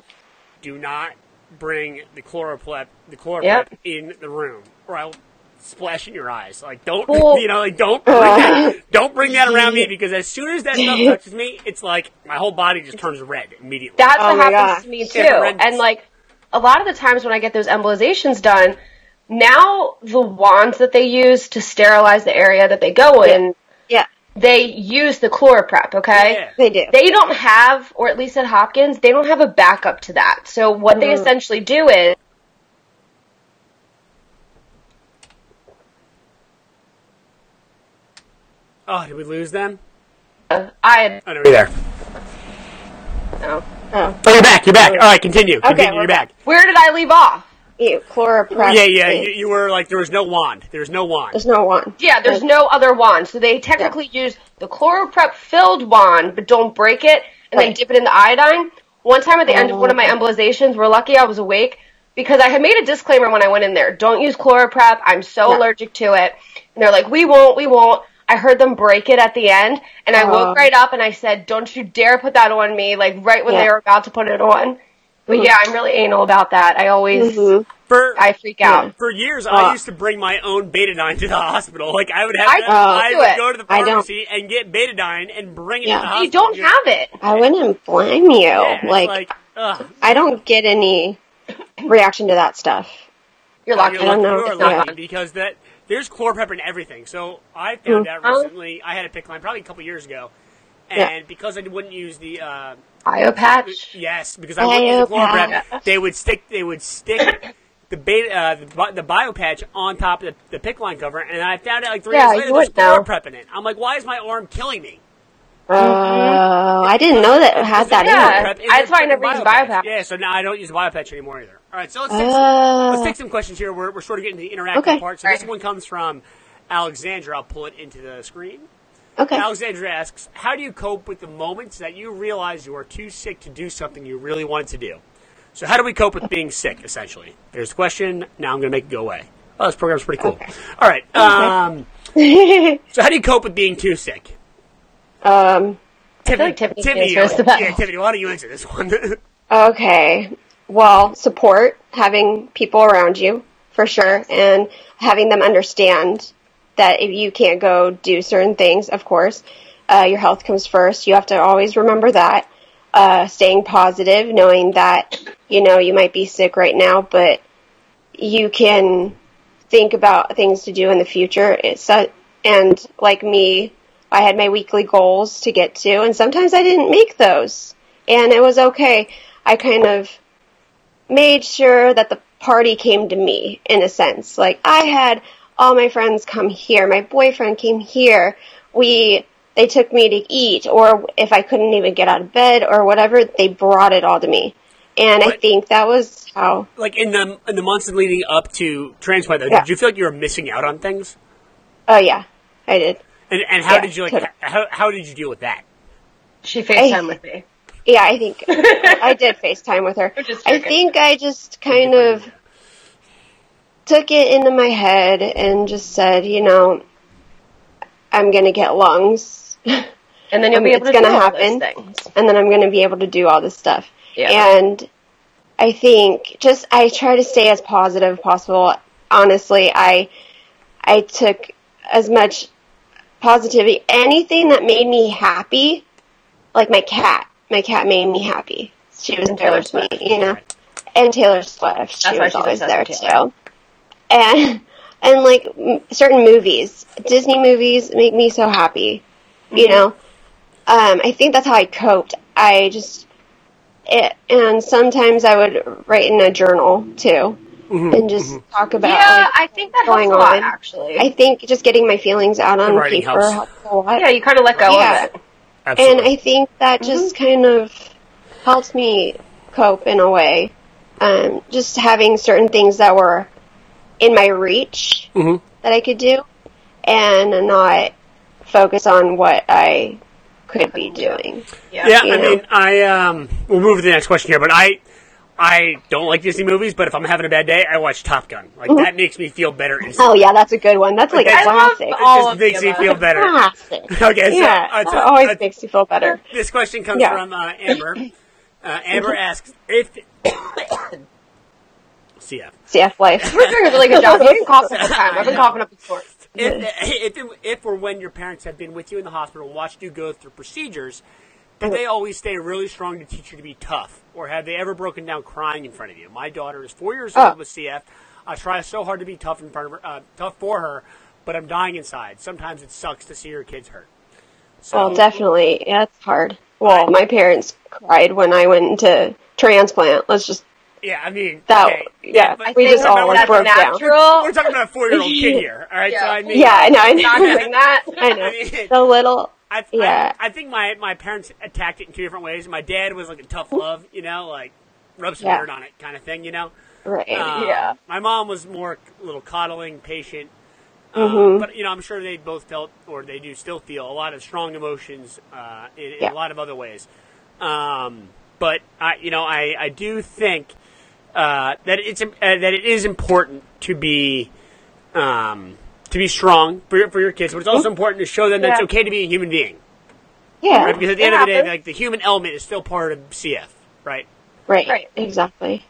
[SPEAKER 1] do not bring the chloroplep the chloroplep
[SPEAKER 4] Yep.
[SPEAKER 1] in the room, or I'll splash in your eyes. Like don't
[SPEAKER 4] Well- uh,
[SPEAKER 1] you know like don't bring that, don't bring that around me because as soon as that stuff touches me, it's like my whole body just turns red immediately.
[SPEAKER 4] That's
[SPEAKER 3] Oh
[SPEAKER 4] what
[SPEAKER 3] my
[SPEAKER 4] happens
[SPEAKER 3] gosh.
[SPEAKER 4] to me too.
[SPEAKER 1] Yeah, horrendous.
[SPEAKER 4] And like a lot of the times when I get those embolizations done, now the wands that they use to sterilize the area that they go in
[SPEAKER 3] Yeah.
[SPEAKER 4] they use the chloroprep, okay?
[SPEAKER 1] Yeah.
[SPEAKER 3] They do.
[SPEAKER 4] They don't have, or at least at Hopkins, they don't have a backup to that. So what
[SPEAKER 3] Mm-hmm.
[SPEAKER 4] they essentially do is
[SPEAKER 1] Oh, did we lose them?
[SPEAKER 4] uh, I
[SPEAKER 1] Oh, no, we're there.
[SPEAKER 4] no.
[SPEAKER 3] oh,
[SPEAKER 1] Oh, you're back. You're back. All right, continue. Continue.
[SPEAKER 3] we're
[SPEAKER 1] you're back.
[SPEAKER 4] Where did I leave off?
[SPEAKER 3] you chloroprep.
[SPEAKER 1] Yeah, yeah. You, you were like, there was no wand. There was no wand.
[SPEAKER 3] There's no one.
[SPEAKER 4] Yeah, there's no other wand. So they technically use the chloroprep filled wand, but don't break it, and then
[SPEAKER 3] Right.
[SPEAKER 4] dip it in the iodine. One time at the end of one of my embolizations, we're lucky I was awake because I had made a disclaimer when I went in there. Don't use chloroprep. I'm so allergic to it. And they're like, we won't, we won't. I heard them break it at the end, and I woke right up and I said, don't you dare put that on me, like right when they
[SPEAKER 3] Yeah.
[SPEAKER 4] were about to put it on. But yeah, I'm really anal about that. I always,
[SPEAKER 3] Mhm.
[SPEAKER 1] For
[SPEAKER 4] I freak out.
[SPEAKER 1] for years, I
[SPEAKER 3] Uh.
[SPEAKER 1] used to bring my own betadine to the hospital. Like I would have,
[SPEAKER 4] I
[SPEAKER 1] to,
[SPEAKER 4] don't
[SPEAKER 1] I
[SPEAKER 4] do
[SPEAKER 1] would
[SPEAKER 4] it.
[SPEAKER 1] go to the
[SPEAKER 3] I don't.
[SPEAKER 1] pharmacy and get betadine and bring it to
[SPEAKER 3] Yeah.
[SPEAKER 1] the
[SPEAKER 3] You
[SPEAKER 1] hospital.
[SPEAKER 4] You don't have it.
[SPEAKER 3] I wouldn't blame you.
[SPEAKER 1] Yeah, it's
[SPEAKER 3] like,
[SPEAKER 1] like ugh,
[SPEAKER 3] I don't get any reaction to that stuff.
[SPEAKER 4] You're
[SPEAKER 1] Well,
[SPEAKER 4] lucky.
[SPEAKER 1] you're
[SPEAKER 3] I don't
[SPEAKER 1] lucky,
[SPEAKER 3] know.
[SPEAKER 1] You're
[SPEAKER 3] It's not
[SPEAKER 1] lucky
[SPEAKER 4] mine.
[SPEAKER 1] because that there's chlorpepper in everything. So I found out
[SPEAKER 4] Oh.
[SPEAKER 1] recently. I had a pick line probably a couple years ago, and
[SPEAKER 3] Mm-hmm. Yeah.
[SPEAKER 1] because I wouldn't use the uh,
[SPEAKER 4] Biopatch.
[SPEAKER 1] yes, because
[SPEAKER 4] Oh,
[SPEAKER 1] I wouldn't use the
[SPEAKER 3] Biopatch.
[SPEAKER 1] chlorprep, they would stick. They would stick. The, beta, uh, the, bi- the bio patch on top of the, the pick line cover, and I found out like three
[SPEAKER 4] Yeah,
[SPEAKER 1] years later
[SPEAKER 4] you
[SPEAKER 1] there's
[SPEAKER 4] would know.
[SPEAKER 1] chlorprep in it. I'm like, why is my arm killing me?
[SPEAKER 3] Oh,
[SPEAKER 1] Mm-hmm.
[SPEAKER 3] Uh, I didn't know that it had that
[SPEAKER 4] Yeah.
[SPEAKER 3] in it.
[SPEAKER 1] Prep is
[SPEAKER 4] that's
[SPEAKER 1] like
[SPEAKER 4] why I never
[SPEAKER 1] freaking
[SPEAKER 4] use
[SPEAKER 1] Biopatch.
[SPEAKER 4] Biopatch.
[SPEAKER 1] Yeah, so now I don't use Biopatch anymore either. All right, so let's take,
[SPEAKER 3] Oh.
[SPEAKER 1] some, let's take some questions here. We're, we're sort of getting to the interactive
[SPEAKER 3] Okay.
[SPEAKER 1] part. So this
[SPEAKER 4] Uh, Right.
[SPEAKER 1] one comes from Alexandra. I'll pull it into the screen.
[SPEAKER 3] Okay.
[SPEAKER 1] Alexandra asks, "How do you cope with the moments that you realize you are too sick to do something you really wanted to do?" So how do we cope with being sick? Essentially, there's the question. Now I'm going to make it go away. Oh, this program's pretty cool. All right. Um, so how do you cope with being too sick?
[SPEAKER 3] Um,
[SPEAKER 1] Tiffany,
[SPEAKER 4] like Tiffany
[SPEAKER 1] Tiffany,
[SPEAKER 4] knows the best.
[SPEAKER 1] yeah, Tiffany, why don't you answer this one?
[SPEAKER 3] okay. Well, support, having people around you, for sure, and having them understand that if you can't go do certain things, of course, uh, your health comes first. You have to always remember that. Uh, staying positive, knowing that, you know, you might be sick right now, but you can think about things to do in the future. It's a, and like me, I had my weekly goals to get to, and sometimes I didn't make those, and it was okay. I kind of made sure that the party came to me in a sense. Like I had all my friends come here, my boyfriend came here. We they took me to eat, or if I couldn't even get out of bed or whatever, they brought it all to me. And I
[SPEAKER 1] What-
[SPEAKER 3] think that was how
[SPEAKER 1] like in the in the months leading up to transplant, though,
[SPEAKER 3] Yeah.
[SPEAKER 1] did you feel like you were missing out on things?
[SPEAKER 3] Oh yeah, I did.
[SPEAKER 1] And and how
[SPEAKER 3] Yeah,
[SPEAKER 1] did you like
[SPEAKER 3] totally.
[SPEAKER 1] h- how how did you deal with that?
[SPEAKER 4] She FaceTime with me.
[SPEAKER 3] Yeah, I think I did FaceTime with her.
[SPEAKER 4] just
[SPEAKER 3] I
[SPEAKER 4] joking.
[SPEAKER 3] think I just kind of took it into my head and just said, you know, I'm gonna get lungs, and
[SPEAKER 4] and then you'll be able
[SPEAKER 3] it's
[SPEAKER 4] to do
[SPEAKER 3] gonna
[SPEAKER 4] all those
[SPEAKER 3] happen,
[SPEAKER 4] things.
[SPEAKER 3] and then I'm gonna be able to do all this stuff.
[SPEAKER 4] Yeah.
[SPEAKER 3] And I think just I try to stay as positive as possible. Honestly, I I took as much positivity, anything that made me happy, like my cat. My cat made me happy. She was there
[SPEAKER 4] Taylor
[SPEAKER 3] with me,
[SPEAKER 4] Swift.
[SPEAKER 3] you know. And Taylor Swift, she
[SPEAKER 4] That's why
[SPEAKER 3] was
[SPEAKER 4] she's
[SPEAKER 3] always there
[SPEAKER 4] obsessed with
[SPEAKER 3] too. And and like m- certain movies, Disney movies make me so happy, you
[SPEAKER 4] Mm-hmm.
[SPEAKER 3] know. Um, I think that's how I coped. I just it, and sometimes I would write in a journal too, and just talk about.
[SPEAKER 4] yeah,
[SPEAKER 3] like,
[SPEAKER 4] I think that
[SPEAKER 3] going
[SPEAKER 4] helps a lot,
[SPEAKER 3] on.
[SPEAKER 4] actually.
[SPEAKER 3] I think just getting my feelings out on
[SPEAKER 1] And writing
[SPEAKER 3] paper
[SPEAKER 1] helps.
[SPEAKER 3] helps. a lot.
[SPEAKER 4] yeah, you kind of let go
[SPEAKER 3] Yeah.
[SPEAKER 4] of it.
[SPEAKER 3] and I think that just kind of helped me cope in a way. Um, just having certain things that were in my reach
[SPEAKER 1] Mhm.
[SPEAKER 3] that I could do, and not focus on what I could be doing.
[SPEAKER 4] Yeah.
[SPEAKER 1] yeah,
[SPEAKER 3] you
[SPEAKER 1] I
[SPEAKER 3] know.
[SPEAKER 1] mean, I um, we'll move to the next question here, but I I don't like Disney movies, but if I'm having a bad day, I watch Top Gun. Like
[SPEAKER 4] Mm-hmm.
[SPEAKER 1] that makes me feel better. instantly.
[SPEAKER 3] Oh yeah, that's a good one. That's like a
[SPEAKER 1] I
[SPEAKER 4] love
[SPEAKER 3] classic.
[SPEAKER 1] It
[SPEAKER 4] all
[SPEAKER 1] just
[SPEAKER 4] of the
[SPEAKER 1] makes me
[SPEAKER 4] above.
[SPEAKER 1] feel better.
[SPEAKER 3] Classic.
[SPEAKER 1] Okay, so
[SPEAKER 3] Yeah,
[SPEAKER 1] uh, so,
[SPEAKER 3] that always
[SPEAKER 1] uh,
[SPEAKER 3] makes you feel better.
[SPEAKER 1] this question comes
[SPEAKER 3] Yeah.
[SPEAKER 1] from uh, Amber. Uh, Amber
[SPEAKER 4] Mm-hmm.
[SPEAKER 1] asks if CF.
[SPEAKER 3] CF life.
[SPEAKER 4] We're doing a really good job. You can cough all the time. I've been coughing up the floor.
[SPEAKER 1] if, if, it- if or when your parents have been with you in the hospital, watched you go through procedures, do they always stay really strong to teach you to be tough? Or have they ever broken down crying in front of you? My daughter is four years old
[SPEAKER 3] Oh.
[SPEAKER 1] with CF. I try so hard to be tough in front of her, uh, tough for her, but I'm dying inside. Sometimes it sucks to see her kids hurt. So,
[SPEAKER 3] Well, Oh, definitely. Yeah, it's hard. Well, my parents cried when I went into transplant. Let's just
[SPEAKER 1] yeah, I mean,
[SPEAKER 3] that.
[SPEAKER 1] okay.
[SPEAKER 3] Yeah,
[SPEAKER 1] but
[SPEAKER 3] we
[SPEAKER 1] we're
[SPEAKER 3] just
[SPEAKER 1] talking
[SPEAKER 3] all
[SPEAKER 1] about-
[SPEAKER 3] like broke down.
[SPEAKER 4] natural.
[SPEAKER 1] We're talking about a four-year-old kid here, all right? So
[SPEAKER 4] Yeah.
[SPEAKER 1] I mean,
[SPEAKER 3] Yeah, I know. I
[SPEAKER 4] Not
[SPEAKER 3] know.
[SPEAKER 4] doing that.
[SPEAKER 3] I know. The little.
[SPEAKER 1] I,
[SPEAKER 3] Yeah.
[SPEAKER 1] I, I think my, my parents attacked it in two different ways. My dad was like a tough love, you know, like rub some
[SPEAKER 3] Yeah.
[SPEAKER 1] dirt on it kind of thing, you know.
[SPEAKER 3] Right.
[SPEAKER 1] Um,
[SPEAKER 4] Yeah.
[SPEAKER 1] My mom was more c- little coddling, patient. Uh,
[SPEAKER 4] Mm-hmm.
[SPEAKER 1] But you know, I'm sure they both felt, or they do still feel, a lot of strong emotions uh, in, in
[SPEAKER 3] Yeah.
[SPEAKER 1] a lot of other ways. Um, but I, you know, I, I do think uh, that it's im- uh, that it is important to be um, to be strong for your, for your kids, but it's also important to show them that it's
[SPEAKER 4] Mm-hmm. Yeah.
[SPEAKER 1] okay to be a human being,
[SPEAKER 3] Yeah.
[SPEAKER 1] right? Because at the
[SPEAKER 4] It
[SPEAKER 1] end of the day,
[SPEAKER 4] happens.
[SPEAKER 1] like the human element is still part of CF, right?
[SPEAKER 3] Right.
[SPEAKER 4] Right.
[SPEAKER 3] Exactly.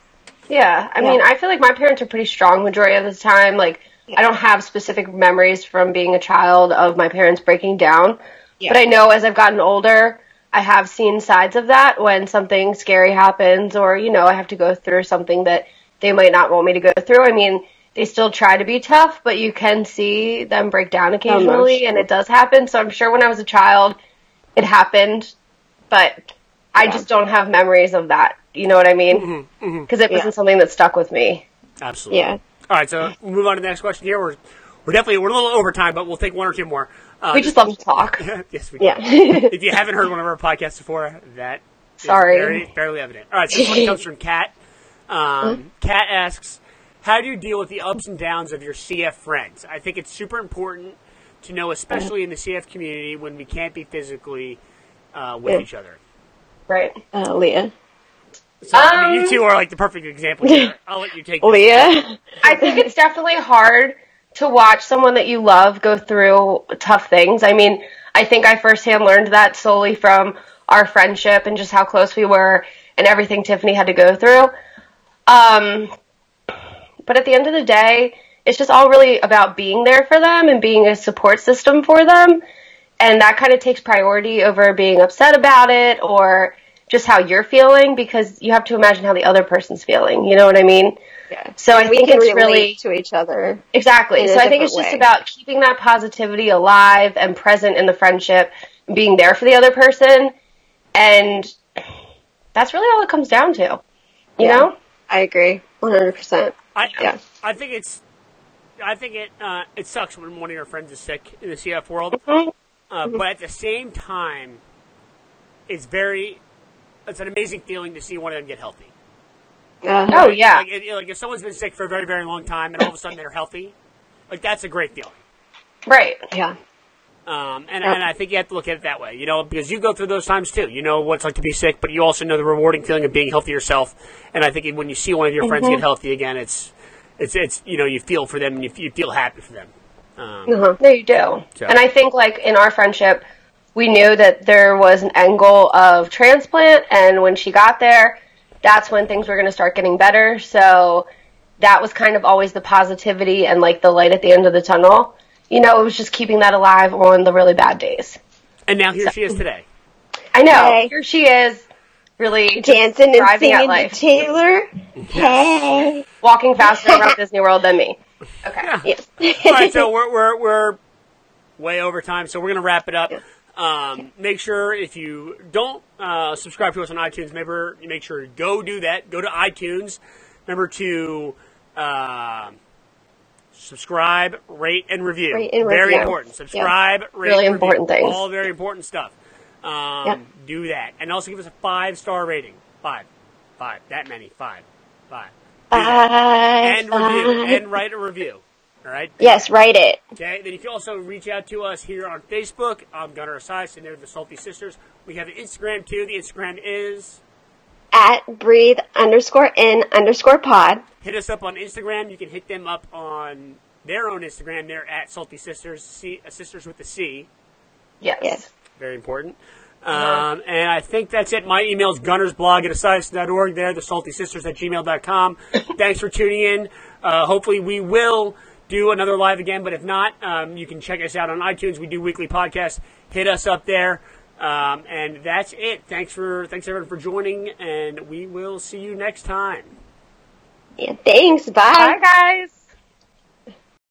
[SPEAKER 4] Yeah, I mean,
[SPEAKER 3] Yeah.
[SPEAKER 4] I feel like my parents are pretty strong majority of the time. Like, I don't have specific memories from being a child of my parents breaking down,
[SPEAKER 3] Yeah.
[SPEAKER 4] but I know as I've gotten older, I have seen sides of that when something scary happens, or you know, I have to go through something that they might not want me to go through. I mean, they still try to be tough, but you can see them break down occasionally, and it does happen. So I'm sure when I was a child, it happened, but I just don't have memories of that. You know what I mean? because it
[SPEAKER 3] Yeah.
[SPEAKER 4] wasn't something that stuck with me.
[SPEAKER 1] Absolutely.
[SPEAKER 3] Yeah.
[SPEAKER 1] All right, so we'll move on to the next question here. We're, we're definitely we're a little over time, but we'll take one or two more. Uh,
[SPEAKER 4] We just love to talk.
[SPEAKER 1] yes, we do.
[SPEAKER 3] Yeah.
[SPEAKER 1] if you haven't heard one of our podcasts before, that is
[SPEAKER 4] Sorry.
[SPEAKER 1] very, fairly evident. All right, so this one comes from Kat. Um, Kat asks, "How do you deal with the ups and downs of your CF friends? I think it's super important to know, especially in the CF community, when we can't be physically uh, with
[SPEAKER 3] Yeah.
[SPEAKER 1] each other."
[SPEAKER 4] Right.
[SPEAKER 3] uh, Leah.
[SPEAKER 1] So I mean,
[SPEAKER 4] Um,
[SPEAKER 1] you two are like the perfect example. Here. I'll let you take. this.
[SPEAKER 3] Leah.
[SPEAKER 4] I think it's definitely hard to watch someone that you love go through tough things. I mean, I think I firsthand learned that solely from our friendship and just how close we were and everything Tiffany had to go through. Um, but at the end of the day, it's just all really about being there for them and being a support system for them. And that kind of takes priority over being upset about it or just how you're feeling because you have to imagine how the other person's feeling. You know what I mean?
[SPEAKER 3] Yeah.
[SPEAKER 4] So I
[SPEAKER 3] we
[SPEAKER 4] think
[SPEAKER 3] can
[SPEAKER 4] it's
[SPEAKER 3] relate
[SPEAKER 4] really
[SPEAKER 3] to each other.
[SPEAKER 4] Exactly.
[SPEAKER 3] in a
[SPEAKER 4] So I think
[SPEAKER 3] different
[SPEAKER 4] it's just
[SPEAKER 3] way.
[SPEAKER 4] about keeping that positivity alive and present in the friendship, being there for the other person, and that's really all it comes down to. You
[SPEAKER 3] Yeah.
[SPEAKER 4] know?
[SPEAKER 3] I agree. One hundred percent.
[SPEAKER 1] I,
[SPEAKER 3] Yeah.
[SPEAKER 1] I think it's, I think it, uh, it sucks when one of your friends is sick in the CF world. Uh, but at the same time, it's very, it's an amazing feeling to see one of them get healthy.
[SPEAKER 3] Uh,
[SPEAKER 4] Oh yeah.
[SPEAKER 1] Like, it, like if someone's been sick for a very, very long time and all of a sudden they're healthy, like that's a great feeling.
[SPEAKER 4] Right.
[SPEAKER 3] yeah.
[SPEAKER 1] Um, and,
[SPEAKER 3] Yeah.
[SPEAKER 1] and I think you have to look at it that way, you know, because you go through those times too. You know what it's like to be sick, but you also know the rewarding feeling of being healthy yourself. And I think when you see one of your friends get healthy again, it's, it's, it's, you know, you feel for them and you, you feel happy for them. Um,
[SPEAKER 3] Uh-huh.
[SPEAKER 4] No, you do.
[SPEAKER 1] So-
[SPEAKER 4] And I think like in our friendship, we knew that there was an end goal of transplant, and when she got there, that's when things were going to start getting better. So that was kind of always the positivity and like the light at the end of the tunnel. You know, it was just keeping that alive on the really bad days.
[SPEAKER 1] And now here she is today.
[SPEAKER 4] I know.
[SPEAKER 3] Hey.
[SPEAKER 4] Here she is, really just
[SPEAKER 3] Dancing and
[SPEAKER 4] driving
[SPEAKER 3] singing
[SPEAKER 4] at
[SPEAKER 3] to
[SPEAKER 4] life,
[SPEAKER 3] Taylor. Hey.
[SPEAKER 4] walking faster around Disney World than me. Okay.
[SPEAKER 3] Yes.
[SPEAKER 1] All right, so we're we're, we're way over time, so we're gonna wrap it up. Um, make sure if you don't uh, subscribe to us on iTunes, remember make sure to go do that. Go to iTunes. Remember to uh, subscribe, rate, and review.
[SPEAKER 3] Rate and
[SPEAKER 1] very
[SPEAKER 3] review.
[SPEAKER 1] important. Subscribe, rate,
[SPEAKER 4] Really
[SPEAKER 1] review.
[SPEAKER 4] important things.
[SPEAKER 1] All very important stuff. Um,
[SPEAKER 3] Yeah.
[SPEAKER 1] Do that, and also give us a five star rating. Five, five. That many. Five, five. Do that
[SPEAKER 3] Bye.
[SPEAKER 1] and review
[SPEAKER 3] Bye.
[SPEAKER 1] and write a review. All right.
[SPEAKER 3] Yes, write it.
[SPEAKER 1] Okay. Then you can also reach out to us here on Facebook. I'm Gunnar Asais, and they're the Salty Sisters. We have an Instagram too. The Instagram is
[SPEAKER 3] At breathe underscore in underscore pod.
[SPEAKER 1] hit us up on Instagram. You can hit them up on their own Instagram. They're at Salty Sisters, C, uh, Sisters with the C.
[SPEAKER 4] Yes.
[SPEAKER 3] Yes.
[SPEAKER 1] Very important. Um, and I think that's it. My email is gunnersblog at asias.org. There, the salty sisters at gmail.com. Thanks for tuning in. Uh, hopefully, we will do another live again, but if not, um, you can check us out on iTunes. We do weekly podcasts. Hit us up there. Um, and that's it. Thanks for thanks everyone for joining, and we will see you next time.
[SPEAKER 3] Yeah, thanks.
[SPEAKER 4] Bye, guys.